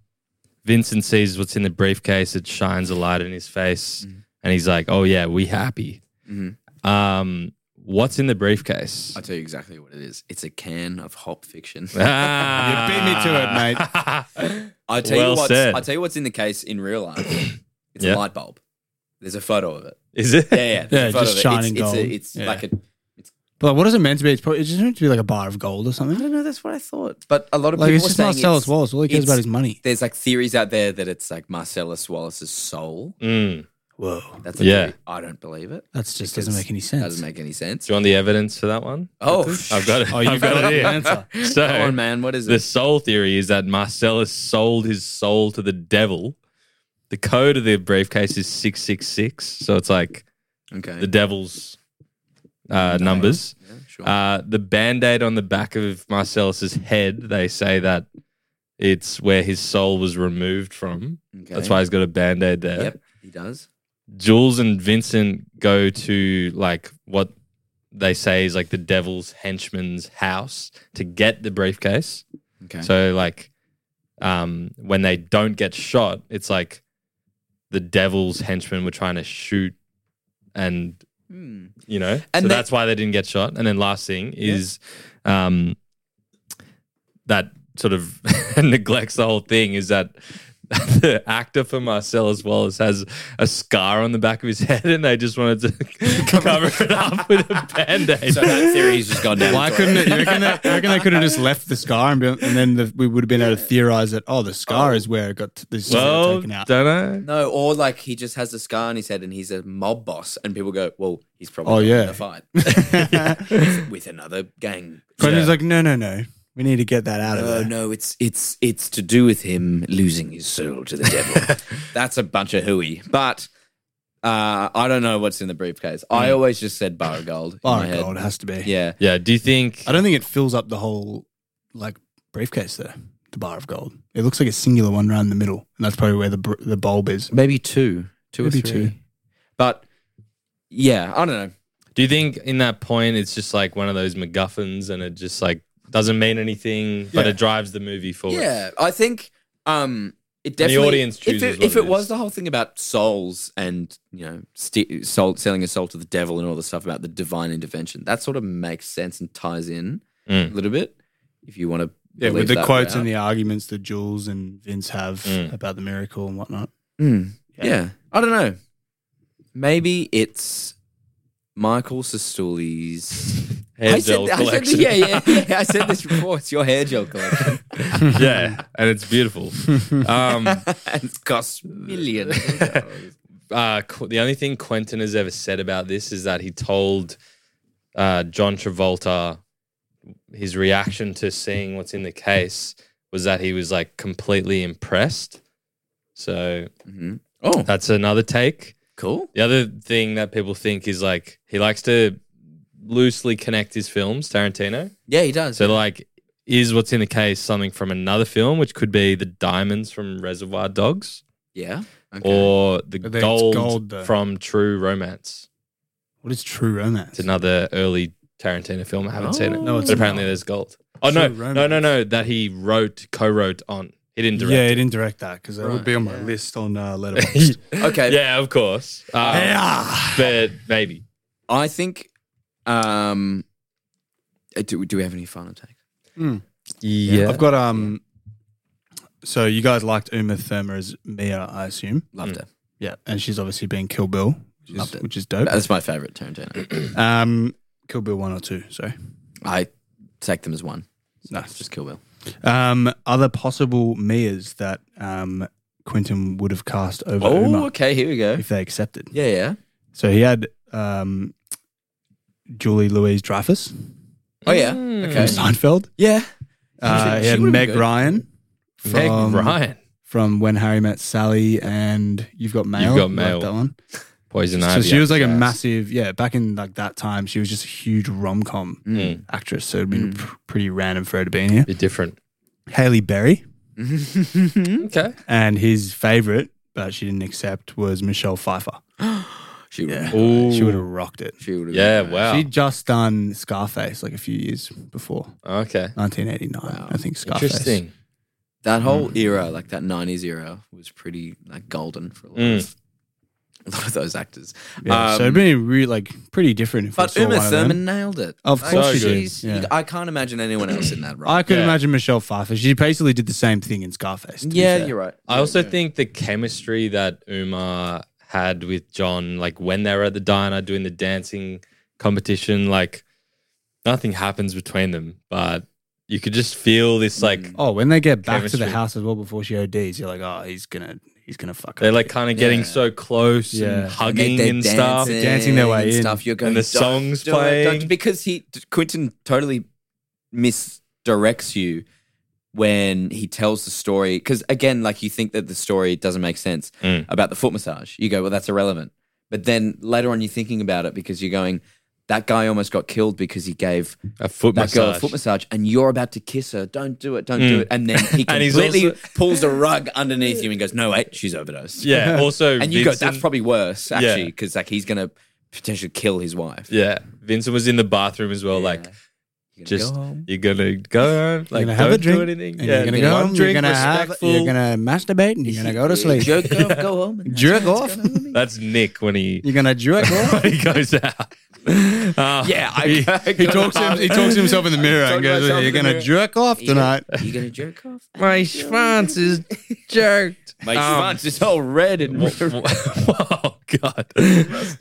[SPEAKER 1] Vincent sees what's in the briefcase. It shines a light in his face,
[SPEAKER 7] Mm-hmm.
[SPEAKER 1] and he's like, "Oh yeah, we happy."
[SPEAKER 8] Mhm.
[SPEAKER 1] Um, what's in the briefcase?
[SPEAKER 8] I'll tell you exactly what it is. It's a can of hop fiction.
[SPEAKER 1] Ah.
[SPEAKER 7] You beat me to it, mate.
[SPEAKER 8] I tell
[SPEAKER 1] Well
[SPEAKER 8] you what's
[SPEAKER 1] said.
[SPEAKER 8] I tell you what's in the case in real life. It's
[SPEAKER 1] Yeah.
[SPEAKER 8] a light bulb. There's a photo of it.
[SPEAKER 1] Is it?
[SPEAKER 8] Yeah, yeah. there's
[SPEAKER 7] Yeah,
[SPEAKER 8] a photo
[SPEAKER 7] just
[SPEAKER 8] of it.
[SPEAKER 7] shining
[SPEAKER 8] it's,
[SPEAKER 7] gold.
[SPEAKER 8] It's, a, it's
[SPEAKER 7] Yeah.
[SPEAKER 8] like a.
[SPEAKER 7] But what is it meant to be? It's probably it's just meant to be like a bar of gold or something.
[SPEAKER 8] I don't know. That's what I thought. But a lot of
[SPEAKER 7] Like
[SPEAKER 8] people
[SPEAKER 7] it's
[SPEAKER 8] were
[SPEAKER 7] just not
[SPEAKER 8] saying
[SPEAKER 7] Marcellus
[SPEAKER 8] it's-
[SPEAKER 7] Wallace. All he cares
[SPEAKER 8] it's-
[SPEAKER 7] about is money.
[SPEAKER 8] There's like theories out there that it's like Marcellus Wallace's soul.
[SPEAKER 1] Mm.
[SPEAKER 7] Whoa,
[SPEAKER 8] That's a
[SPEAKER 1] Yeah.
[SPEAKER 8] theory. I don't believe it.
[SPEAKER 7] that's just doesn't
[SPEAKER 8] Because
[SPEAKER 7] make any
[SPEAKER 8] That
[SPEAKER 7] sense.
[SPEAKER 8] doesn't make any sense.
[SPEAKER 1] Do you want the evidence for that one?
[SPEAKER 8] Oh,
[SPEAKER 1] I've got it.
[SPEAKER 7] oh, you've
[SPEAKER 1] I've got,
[SPEAKER 7] got
[SPEAKER 1] it
[SPEAKER 7] the
[SPEAKER 1] here.
[SPEAKER 7] answer.
[SPEAKER 1] So
[SPEAKER 8] Come on, man. What is
[SPEAKER 1] The
[SPEAKER 8] it?
[SPEAKER 1] soul theory is that Marcellus sold his soul to the devil. The code of the briefcase is 666. So it's like
[SPEAKER 8] Okay.
[SPEAKER 1] the devil's uh, numbers.
[SPEAKER 8] yeah, sure.
[SPEAKER 1] Uh, the band aid on the back of Marcellus's head, they say that it's where his soul was removed from.
[SPEAKER 8] okay.
[SPEAKER 1] That's why he's got a band aid there.
[SPEAKER 8] Yep, he does.
[SPEAKER 1] Jules and Vincent go to like what they say is like the devil's henchman's house to get the briefcase.
[SPEAKER 8] Okay.
[SPEAKER 1] So like um when they don't get shot, it's like the devil's henchmen were trying to shoot and
[SPEAKER 8] Hmm.
[SPEAKER 1] you know
[SPEAKER 8] And
[SPEAKER 1] so
[SPEAKER 8] they-
[SPEAKER 1] that's why they didn't get shot. And then last thing is um that sort of neglects the whole thing is that the actor for Marcellus Wallace has a scar on the back of his head and they just wanted to cover it up with a band-aid.
[SPEAKER 8] So that theory's just gone down. the
[SPEAKER 7] Why
[SPEAKER 8] toilet.
[SPEAKER 7] couldn't it? You reckon, they, you reckon they could have just left the scar and, be, and then the, we would have been able to theorize that oh the scar is where it got t- this is where it got
[SPEAKER 1] well,
[SPEAKER 7] taken out.
[SPEAKER 1] don't know.
[SPEAKER 8] No, or like he just has a scar on his head and he's a mob boss, and people go, "Well, he's probably
[SPEAKER 7] Oh,
[SPEAKER 8] gonna
[SPEAKER 7] yeah.
[SPEAKER 8] win the fight with another gang."
[SPEAKER 7] Quentin's like no no no we need to get that out of
[SPEAKER 8] Oh
[SPEAKER 7] there.
[SPEAKER 8] no, it's it's it's to do with him losing his soul to the devil. That's a bunch of hooey. But uh, I don't know what's in the briefcase. I
[SPEAKER 1] Mm.
[SPEAKER 8] always just said bar of gold. in
[SPEAKER 7] Bar
[SPEAKER 8] my
[SPEAKER 7] of
[SPEAKER 8] head.
[SPEAKER 7] gold has to be.
[SPEAKER 8] Yeah.
[SPEAKER 1] Yeah, do you think
[SPEAKER 7] I don't think it fills up the whole like briefcase there. The bar of gold. It looks like a singular one around the middle, and that's probably where the br- the bulb is.
[SPEAKER 8] Maybe two. Two
[SPEAKER 7] Maybe
[SPEAKER 8] or three.
[SPEAKER 7] two.
[SPEAKER 8] But yeah, I don't know.
[SPEAKER 1] Do you think in that point it's just like one of those MacGuffins and it just like doesn't mean anything, but
[SPEAKER 7] Yeah.
[SPEAKER 1] it drives the movie forward?
[SPEAKER 8] Yeah, I think um, it
[SPEAKER 1] And the
[SPEAKER 8] definitely.
[SPEAKER 1] audience chooses
[SPEAKER 8] If it,
[SPEAKER 1] what
[SPEAKER 8] if
[SPEAKER 1] it
[SPEAKER 8] it was
[SPEAKER 1] is.
[SPEAKER 8] the whole thing about souls and you know st- soul, selling a soul to the devil and all the stuff about the divine intervention, that sort of makes sense and ties in
[SPEAKER 1] Mm.
[SPEAKER 8] a little bit. If you want to,
[SPEAKER 7] Yeah, with the quotes and the arguments that Jules and Vince have
[SPEAKER 1] Mm.
[SPEAKER 7] about the miracle and whatnot.
[SPEAKER 8] Mm, yeah. I don't know. Maybe it's Michael Sestooli's.
[SPEAKER 1] Hair
[SPEAKER 8] I said,
[SPEAKER 1] gel
[SPEAKER 8] th- I said,
[SPEAKER 1] collection.
[SPEAKER 8] yeah, yeah, yeah. I said this before. It's your hair gel collection.
[SPEAKER 1] yeah. And it's beautiful. Um,
[SPEAKER 8] it's cost millions. of dollars.
[SPEAKER 1] uh, Qu- the only thing Quentin has ever said about this is that he told uh, John Travolta his reaction to seeing what's in the case was that he was like completely impressed. So
[SPEAKER 8] Mhm. Oh,
[SPEAKER 1] that's another take.
[SPEAKER 8] cool.
[SPEAKER 1] The other thing that people think is like he likes to loosely connect his films, Tarantino.
[SPEAKER 8] Yeah, he does.
[SPEAKER 1] So like is what's in the case something from another film, which could be the diamonds from Reservoir Dogs
[SPEAKER 8] Yeah.
[SPEAKER 1] or the
[SPEAKER 7] But then it's
[SPEAKER 1] gold,
[SPEAKER 7] gold, though.
[SPEAKER 1] from True Romance.
[SPEAKER 7] What is true romance?
[SPEAKER 1] It's another early Tarantino film. I haven't seen it.
[SPEAKER 8] No,
[SPEAKER 7] Oh. it's
[SPEAKER 1] but apparently
[SPEAKER 7] not.
[SPEAKER 1] there's gold. Oh
[SPEAKER 7] True
[SPEAKER 1] no, no, no,
[SPEAKER 7] Romance.
[SPEAKER 1] no. That he wrote, co-wrote on. He didn't direct.
[SPEAKER 7] Yeah,
[SPEAKER 1] it.
[SPEAKER 7] he didn't direct that because that
[SPEAKER 8] Right,
[SPEAKER 7] would be on my
[SPEAKER 8] yeah.
[SPEAKER 7] list on uh, Letterboxd.
[SPEAKER 8] okay.
[SPEAKER 1] Yeah, of course. Um,
[SPEAKER 7] yeah.
[SPEAKER 1] But maybe.
[SPEAKER 8] I think. Um, uh, do, do we have any final takes?
[SPEAKER 1] Yeah.
[SPEAKER 7] I've got um. So you guys liked Uma Thurma as Mia, I assume.
[SPEAKER 8] Loved
[SPEAKER 1] Hmm.
[SPEAKER 8] it.
[SPEAKER 7] Yeah, and she's obviously been Kill Bill, which is,
[SPEAKER 8] Loved it.
[SPEAKER 7] which is dope.
[SPEAKER 8] That's my favorite Tarantino.
[SPEAKER 7] Um, Kill Bill one or two. Sorry.
[SPEAKER 8] I take them as one. So
[SPEAKER 7] Nice.
[SPEAKER 8] Just Kill Bill.
[SPEAKER 7] Um, other possible Mias that um Quentin would have cast over
[SPEAKER 8] Oh,
[SPEAKER 7] Uma
[SPEAKER 8] okay. Here we go.
[SPEAKER 7] if they accepted.
[SPEAKER 8] Yeah, yeah.
[SPEAKER 7] So he had um Julie Louise Dreyfus
[SPEAKER 8] Oh, yeah.
[SPEAKER 7] from
[SPEAKER 1] Hmm.
[SPEAKER 8] Okay.
[SPEAKER 7] Seinfeld.
[SPEAKER 8] Yeah.
[SPEAKER 7] Uh,
[SPEAKER 8] She-
[SPEAKER 7] he
[SPEAKER 8] she
[SPEAKER 7] had
[SPEAKER 8] would've been
[SPEAKER 7] Meg
[SPEAKER 8] good.
[SPEAKER 7] Ryan.
[SPEAKER 1] Meg Ryan.
[SPEAKER 7] from When Harry Met Sally and You've Got Mail.
[SPEAKER 1] You've Got
[SPEAKER 7] Like
[SPEAKER 1] Mail.
[SPEAKER 7] that one.
[SPEAKER 1] Poison
[SPEAKER 7] So
[SPEAKER 1] Ivy.
[SPEAKER 7] she was like a
[SPEAKER 1] Yes.
[SPEAKER 7] massive, yeah, back in like that time, she was just a huge rom com
[SPEAKER 1] Mm.
[SPEAKER 7] actress. So it'd been pr- pretty random for her to be in here.
[SPEAKER 1] Bit different.
[SPEAKER 7] Haley Berry
[SPEAKER 1] Okay.
[SPEAKER 7] and his favorite, but she didn't accept, was Michelle Pfeiffer.
[SPEAKER 8] She would. have
[SPEAKER 1] Ooh.
[SPEAKER 7] She would have rocked it.
[SPEAKER 8] She uh, would.
[SPEAKER 1] Yeah, wow.
[SPEAKER 7] She'd just done Scarface like a few years before,
[SPEAKER 1] okay.
[SPEAKER 7] 1989, I think. Scarface.
[SPEAKER 1] Interesting.
[SPEAKER 7] Mm. Mm.
[SPEAKER 8] That whole era, like that '90s era, was pretty like golden for a lot of A lot of those actors.
[SPEAKER 7] Yeah,
[SPEAKER 8] Um,
[SPEAKER 7] so it'd be really, like pretty different if I
[SPEAKER 8] but
[SPEAKER 7] saw
[SPEAKER 8] Uma
[SPEAKER 7] one of them.
[SPEAKER 8] Thurman nailed it.
[SPEAKER 7] Of
[SPEAKER 8] Like,
[SPEAKER 7] course
[SPEAKER 1] she did,
[SPEAKER 8] she's-
[SPEAKER 7] yeah.
[SPEAKER 8] I can't imagine anyone else in that role.
[SPEAKER 7] I could
[SPEAKER 1] Yeah.
[SPEAKER 7] imagine Michelle Pfeiffer. She basically did the same thing in Scarface. to be
[SPEAKER 8] yeah,
[SPEAKER 7] fair.
[SPEAKER 8] you're right.
[SPEAKER 1] I also think the chemistry that Uma had with John, like when they were at the diner doing the dancing competition, like nothing happens between them, but you could just feel this like
[SPEAKER 8] Mm.
[SPEAKER 7] Oh, when they get back to
[SPEAKER 1] Chemistry.
[SPEAKER 7] the house as well before she ODs, you're like, oh, he's gonna, he's gonna fuck.
[SPEAKER 1] they're
[SPEAKER 7] up.
[SPEAKER 1] like kind of getting
[SPEAKER 8] Yeah.
[SPEAKER 1] so close
[SPEAKER 7] Yeah.
[SPEAKER 1] and hugging
[SPEAKER 8] they're
[SPEAKER 1] and, stuff.
[SPEAKER 7] They're dancing their way
[SPEAKER 8] and
[SPEAKER 7] in.
[SPEAKER 8] Stuff. You're going
[SPEAKER 1] the
[SPEAKER 8] "Don't
[SPEAKER 1] songs
[SPEAKER 8] do it, don't-"
[SPEAKER 1] playing.
[SPEAKER 8] because he Quentin totally misdirects you when he tells the story. Because again, like you think that the story doesn't make sense
[SPEAKER 1] Mm.
[SPEAKER 8] about the foot massage. You go, well, that's irrelevant. But then later on, you're thinking about it because you're going, that guy almost got killed because he gave
[SPEAKER 1] A foot
[SPEAKER 8] that girl a
[SPEAKER 1] massage.
[SPEAKER 8] foot massage, and you're about to kiss her. Don't do it. Don't do
[SPEAKER 1] Mm.
[SPEAKER 8] it. And then he
[SPEAKER 1] And he's
[SPEAKER 8] completely
[SPEAKER 1] also-
[SPEAKER 8] pulls the rug underneath you and goes, no wait, she's overdosed.
[SPEAKER 1] Yeah. Also,
[SPEAKER 8] And you go,
[SPEAKER 1] Vincent-
[SPEAKER 8] that's probably worse, actually,
[SPEAKER 1] Yeah.
[SPEAKER 8] because like he's gonna potentially kill his wife.
[SPEAKER 1] yeah. Vincent was in the bathroom as well,
[SPEAKER 8] Yeah.
[SPEAKER 1] like
[SPEAKER 8] You're gonna
[SPEAKER 1] just
[SPEAKER 8] go home.
[SPEAKER 1] you're gonna go home, like
[SPEAKER 7] gonna
[SPEAKER 1] don't
[SPEAKER 7] have a drink,
[SPEAKER 1] do anything.
[SPEAKER 7] And you're gonna go home. You're gonna have. You're gonna masturbate and you're gonna go to sleep.
[SPEAKER 8] Jerk off, go home. and-
[SPEAKER 7] Jerk off.
[SPEAKER 1] That's Nick when he
[SPEAKER 7] You're gonna jerk off.
[SPEAKER 1] when he goes out. Uh,
[SPEAKER 8] Yeah, I,
[SPEAKER 1] he-
[SPEAKER 7] He talks, him, he talks to himself in the mirror and
[SPEAKER 8] Talking
[SPEAKER 7] goes,
[SPEAKER 8] myself
[SPEAKER 7] "You're
[SPEAKER 8] in the
[SPEAKER 7] gonna
[SPEAKER 8] mirror.
[SPEAKER 7] jerk off
[SPEAKER 8] You gonna-
[SPEAKER 7] tonight."
[SPEAKER 8] You gonna jerk off? Um,
[SPEAKER 1] My schwanz is jerked.
[SPEAKER 8] My schwanz is all red and
[SPEAKER 1] oh god.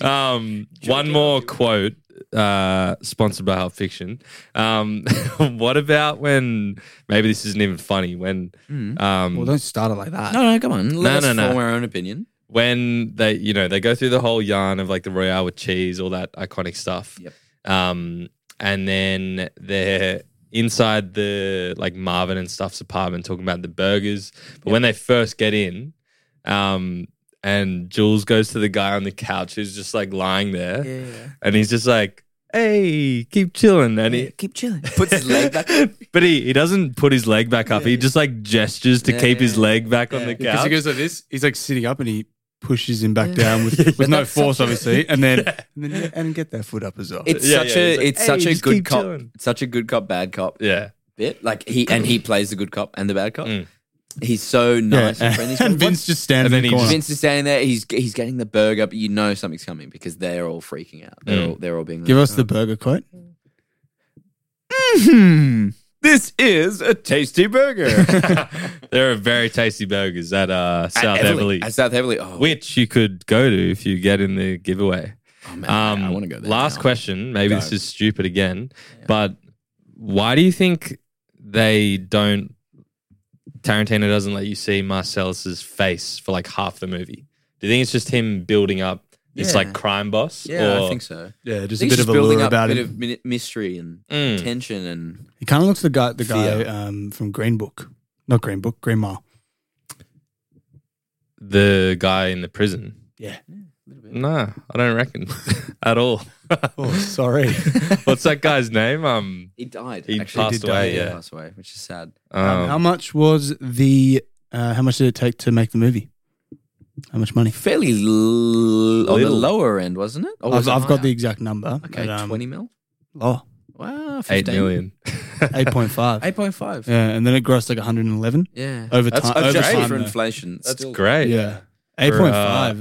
[SPEAKER 1] Um, one more quote. Uh, sponsored by Help Fiction. Um, what about when? Maybe this isn't even funny. When, um,
[SPEAKER 7] Well, don't start it like that.
[SPEAKER 8] hmm. No, no, come on. Let
[SPEAKER 1] No,
[SPEAKER 8] us
[SPEAKER 1] no, no.
[SPEAKER 8] form our own opinion.
[SPEAKER 1] when they, you know, they go through the whole yarn of like the Royale with cheese, all that iconic stuff.
[SPEAKER 8] Yep.
[SPEAKER 1] Um, and then they're inside the like Marvin and stuff's apartment talking about the burgers. But when they first get in, um, and Jules goes to the guy on the couch who's just like lying there, and he's just like, "Hey, keep chilling," and he.
[SPEAKER 8] Keep chilling. Puts his leg back.
[SPEAKER 1] But he, he doesn't put his leg back up. He just like gestures to
[SPEAKER 8] Yeah,
[SPEAKER 1] keep his
[SPEAKER 8] yeah.
[SPEAKER 1] leg back on the
[SPEAKER 7] Because he
[SPEAKER 1] couch.
[SPEAKER 7] goes like this. He's like sitting up and he pushes him back down with, with no
[SPEAKER 8] that's
[SPEAKER 7] force,
[SPEAKER 8] such a-
[SPEAKER 7] obviously, and then and then and get that foot up as well.
[SPEAKER 8] It's
[SPEAKER 1] Yeah,
[SPEAKER 8] such
[SPEAKER 1] yeah,
[SPEAKER 8] a
[SPEAKER 1] he's like,
[SPEAKER 8] it's
[SPEAKER 1] "Hey,
[SPEAKER 8] such a
[SPEAKER 1] just
[SPEAKER 8] good
[SPEAKER 1] keep
[SPEAKER 8] cop.
[SPEAKER 1] chilling."
[SPEAKER 8] It's such a good cop bad cop
[SPEAKER 1] Yeah.
[SPEAKER 8] bit. Like he and he plays the good cop and the bad cop.
[SPEAKER 1] Mm.
[SPEAKER 8] He's so nice and friendly. He's
[SPEAKER 7] and
[SPEAKER 8] going,
[SPEAKER 7] Vince just stands
[SPEAKER 1] And
[SPEAKER 7] in
[SPEAKER 1] then
[SPEAKER 7] the
[SPEAKER 1] he
[SPEAKER 7] corner.
[SPEAKER 8] "What?" Vince is standing there. He's he's getting the burger, but you know something's coming because they're all freaking out. They're
[SPEAKER 1] Mm.
[SPEAKER 8] all they're all being.
[SPEAKER 7] Give
[SPEAKER 8] like,
[SPEAKER 7] us the burger quote.
[SPEAKER 8] "Mhm, This is a tasty burger.
[SPEAKER 1] there are very tasty burgers at uh,
[SPEAKER 8] At
[SPEAKER 1] South Everly,
[SPEAKER 8] At South Everly. Oh,
[SPEAKER 1] which you could go to if you get in the giveaway.
[SPEAKER 8] oh, man,
[SPEAKER 1] Um,
[SPEAKER 8] I want to go there.
[SPEAKER 1] last
[SPEAKER 8] now.
[SPEAKER 1] question. Maybe
[SPEAKER 8] Go.
[SPEAKER 1] this is stupid again, but why do you think they don't? Tarantino doesn't let you see Marcellus' face for like half the movie. Do you think it's just him building up this
[SPEAKER 8] Yeah.
[SPEAKER 1] like crime boss?
[SPEAKER 8] Yeah,
[SPEAKER 1] or,
[SPEAKER 8] I think so.
[SPEAKER 7] Yeah,
[SPEAKER 8] I
[SPEAKER 7] just a
[SPEAKER 8] think
[SPEAKER 7] bit
[SPEAKER 8] it's
[SPEAKER 7] of a
[SPEAKER 8] building
[SPEAKER 7] lure
[SPEAKER 8] up
[SPEAKER 7] about
[SPEAKER 8] a bit
[SPEAKER 7] him. Hmm.
[SPEAKER 8] of min- mystery and
[SPEAKER 1] Mm.
[SPEAKER 8] tension and
[SPEAKER 7] He kind of looks the guy, the guy
[SPEAKER 8] Fear.
[SPEAKER 7] um, from Green Book, not Green Book, Green Mile.
[SPEAKER 1] the guy in the prison.
[SPEAKER 7] Yeah.
[SPEAKER 1] No, I don't reckon at all.
[SPEAKER 7] Oh, sorry.
[SPEAKER 1] What's that guy's name? Um,
[SPEAKER 8] he died.
[SPEAKER 1] He
[SPEAKER 8] actually.
[SPEAKER 1] passed
[SPEAKER 7] He did die,
[SPEAKER 1] away,
[SPEAKER 8] He
[SPEAKER 1] yeah.
[SPEAKER 8] passed away, which is sad.
[SPEAKER 7] um, how much was the? Uh, how much did it take to make the movie? How much money?
[SPEAKER 8] fairly l- on the
[SPEAKER 1] Little.
[SPEAKER 8] lower end, wasn't it? Or was
[SPEAKER 7] I've,
[SPEAKER 8] it
[SPEAKER 7] I've got the
[SPEAKER 8] higher?
[SPEAKER 7] exact number.
[SPEAKER 8] okay,
[SPEAKER 7] but, um,
[SPEAKER 8] twenty mil.
[SPEAKER 7] Oh,
[SPEAKER 8] Wow, 15.
[SPEAKER 1] eight million.
[SPEAKER 7] 8.5.
[SPEAKER 8] eight point five.
[SPEAKER 7] yeah, and then it grossed like 111
[SPEAKER 8] Yeah,
[SPEAKER 7] over
[SPEAKER 1] That's
[SPEAKER 7] time. Over
[SPEAKER 8] adjusted
[SPEAKER 7] time
[SPEAKER 8] for
[SPEAKER 7] though.
[SPEAKER 8] inflation.
[SPEAKER 1] That's
[SPEAKER 8] still-
[SPEAKER 1] great.
[SPEAKER 7] Yeah.
[SPEAKER 8] uh,
[SPEAKER 1] For,
[SPEAKER 7] 8.5,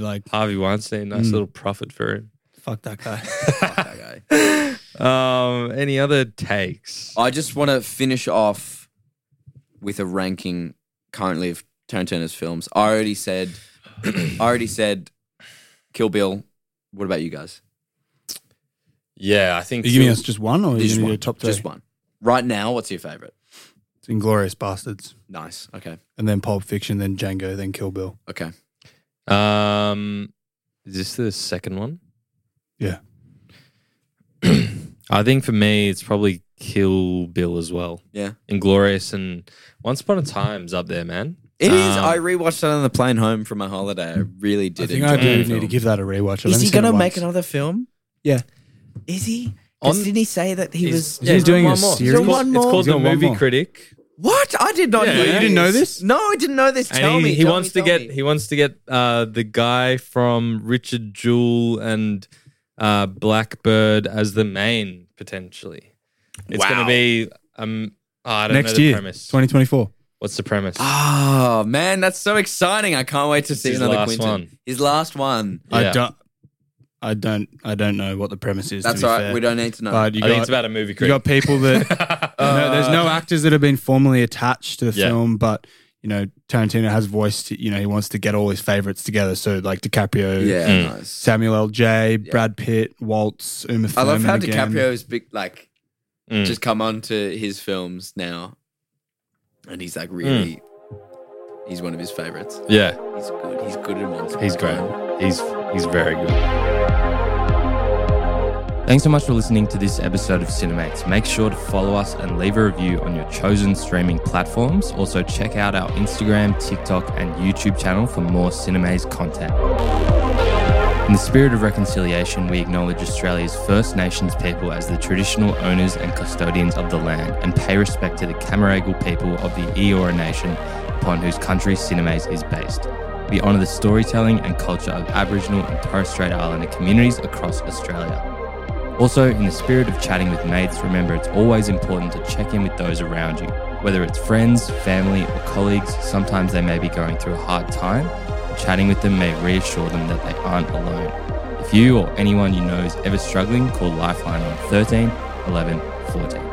[SPEAKER 7] like,
[SPEAKER 1] Harvey Weinstein, nice
[SPEAKER 7] Mm.
[SPEAKER 1] little profit for him.
[SPEAKER 7] fuck that guy.
[SPEAKER 8] Fuck that guy.
[SPEAKER 1] Um, any other takes?
[SPEAKER 8] I just want to finish off with a ranking currently of Tarantino's films. I already said, I already said, Kill Bill. What about you guys?
[SPEAKER 1] Yeah, I think
[SPEAKER 7] Are you giving us just one or are you
[SPEAKER 8] Just
[SPEAKER 7] going to do
[SPEAKER 8] one.
[SPEAKER 7] a top three?
[SPEAKER 8] Just one. Right now, what's your favorite?
[SPEAKER 7] It's Inglorious Bastards,
[SPEAKER 8] Nice. Okay.
[SPEAKER 7] and then Pulp Fiction, then Django, then Kill Bill.
[SPEAKER 8] Okay.
[SPEAKER 1] um, is this the second one?
[SPEAKER 7] Yeah.
[SPEAKER 1] I think for me, it's probably Kill Bill as well.
[SPEAKER 8] Yeah.
[SPEAKER 1] Inglorious and Once Upon a Time's up there, man.
[SPEAKER 8] It is.
[SPEAKER 1] Um,
[SPEAKER 8] I rewatched that on the plane home from my holiday. I really
[SPEAKER 7] I
[SPEAKER 8] did.
[SPEAKER 7] think
[SPEAKER 8] enjoy
[SPEAKER 7] I do
[SPEAKER 8] the
[SPEAKER 7] need
[SPEAKER 8] film.
[SPEAKER 7] to give that a rewatch. I've
[SPEAKER 8] Is
[SPEAKER 7] only
[SPEAKER 8] he
[SPEAKER 7] seen it
[SPEAKER 8] going to make
[SPEAKER 7] once.
[SPEAKER 8] another film?
[SPEAKER 7] Yeah.
[SPEAKER 8] Is he?
[SPEAKER 1] On-
[SPEAKER 8] 'Cause didn't he say that he was?
[SPEAKER 7] He's doing a series?
[SPEAKER 1] It's called,
[SPEAKER 8] One
[SPEAKER 1] it's
[SPEAKER 8] more?
[SPEAKER 1] called
[SPEAKER 7] He's
[SPEAKER 1] The
[SPEAKER 7] got one
[SPEAKER 1] Movie
[SPEAKER 7] more.
[SPEAKER 1] Critic.
[SPEAKER 8] What? I did not.
[SPEAKER 1] Yeah,
[SPEAKER 8] know
[SPEAKER 1] you
[SPEAKER 7] didn't know this?
[SPEAKER 8] No, I didn't know this.
[SPEAKER 1] And
[SPEAKER 8] tell
[SPEAKER 1] he,
[SPEAKER 8] me.
[SPEAKER 1] he
[SPEAKER 8] tell
[SPEAKER 1] wants
[SPEAKER 8] me,
[SPEAKER 1] to
[SPEAKER 8] tell
[SPEAKER 1] get
[SPEAKER 8] me.
[SPEAKER 1] he wants to get uh, the guy from Richard Jewell and uh, Blackbird as the main potentially. It's going
[SPEAKER 8] Wow.
[SPEAKER 1] to be um oh, I don't know
[SPEAKER 7] Next
[SPEAKER 1] the
[SPEAKER 7] year, Ah,
[SPEAKER 1] premise.
[SPEAKER 7] 2024.
[SPEAKER 4] What's the premise?
[SPEAKER 8] Oh man, that's so exciting! I can't wait to see
[SPEAKER 4] his
[SPEAKER 8] another
[SPEAKER 4] last
[SPEAKER 8] Quentin.
[SPEAKER 4] one.
[SPEAKER 8] His last one.
[SPEAKER 7] I
[SPEAKER 4] Yeah.
[SPEAKER 7] don't. I don't. I don't know what the premise is.
[SPEAKER 8] That's
[SPEAKER 7] to be
[SPEAKER 8] all right.
[SPEAKER 7] fair.
[SPEAKER 8] We don't need to know.
[SPEAKER 7] But
[SPEAKER 4] I
[SPEAKER 7] you got,
[SPEAKER 4] think it's about a movie
[SPEAKER 7] you
[SPEAKER 4] critic.
[SPEAKER 7] got people that no, there's no actors that have been formally attached to the
[SPEAKER 4] Yeah.
[SPEAKER 7] film, but you know Tarantino has voiced. You know he wants to get all his favorites together. So like DiCaprio,
[SPEAKER 8] yeah,
[SPEAKER 4] Mm.
[SPEAKER 8] nice.
[SPEAKER 7] Samuel L. J., Brad Pitt, Waltz, Uma
[SPEAKER 8] I
[SPEAKER 7] Thurman.
[SPEAKER 8] love how
[SPEAKER 7] again.
[SPEAKER 8] DiCaprio's big, like
[SPEAKER 4] Mm.
[SPEAKER 8] just come on to his films now, and he's
[SPEAKER 4] Hmm.
[SPEAKER 8] like really. He's one of his favorites.
[SPEAKER 4] yeah,
[SPEAKER 8] He's good. He's good at monster.
[SPEAKER 4] he's great.
[SPEAKER 8] Time.
[SPEAKER 4] He's he's very good.
[SPEAKER 1] Thanks so much for listening to this episode of Cinemates. Make sure to follow us and leave a review on your chosen streaming platforms. Also, check out our Instagram, TikTok, and YouTube channel for more Cinemates content. In the spirit of reconciliation, we acknowledge Australia's First Nations people as the traditional owners and custodians of the land and pay respect to the Camaragal people of the Eora Nation upon whose country Cinemaze is based. We honour the storytelling and culture of Aboriginal and Torres Strait Islander communities across Australia. Also, in the spirit of chatting with mates, remember it's always important to check in with those around you. Whether it's friends, family, or colleagues, sometimes they may be going through a hard time. Chatting with them may reassure them that they aren't alone. If you or anyone you know is ever struggling, call Lifeline on 13 11 14.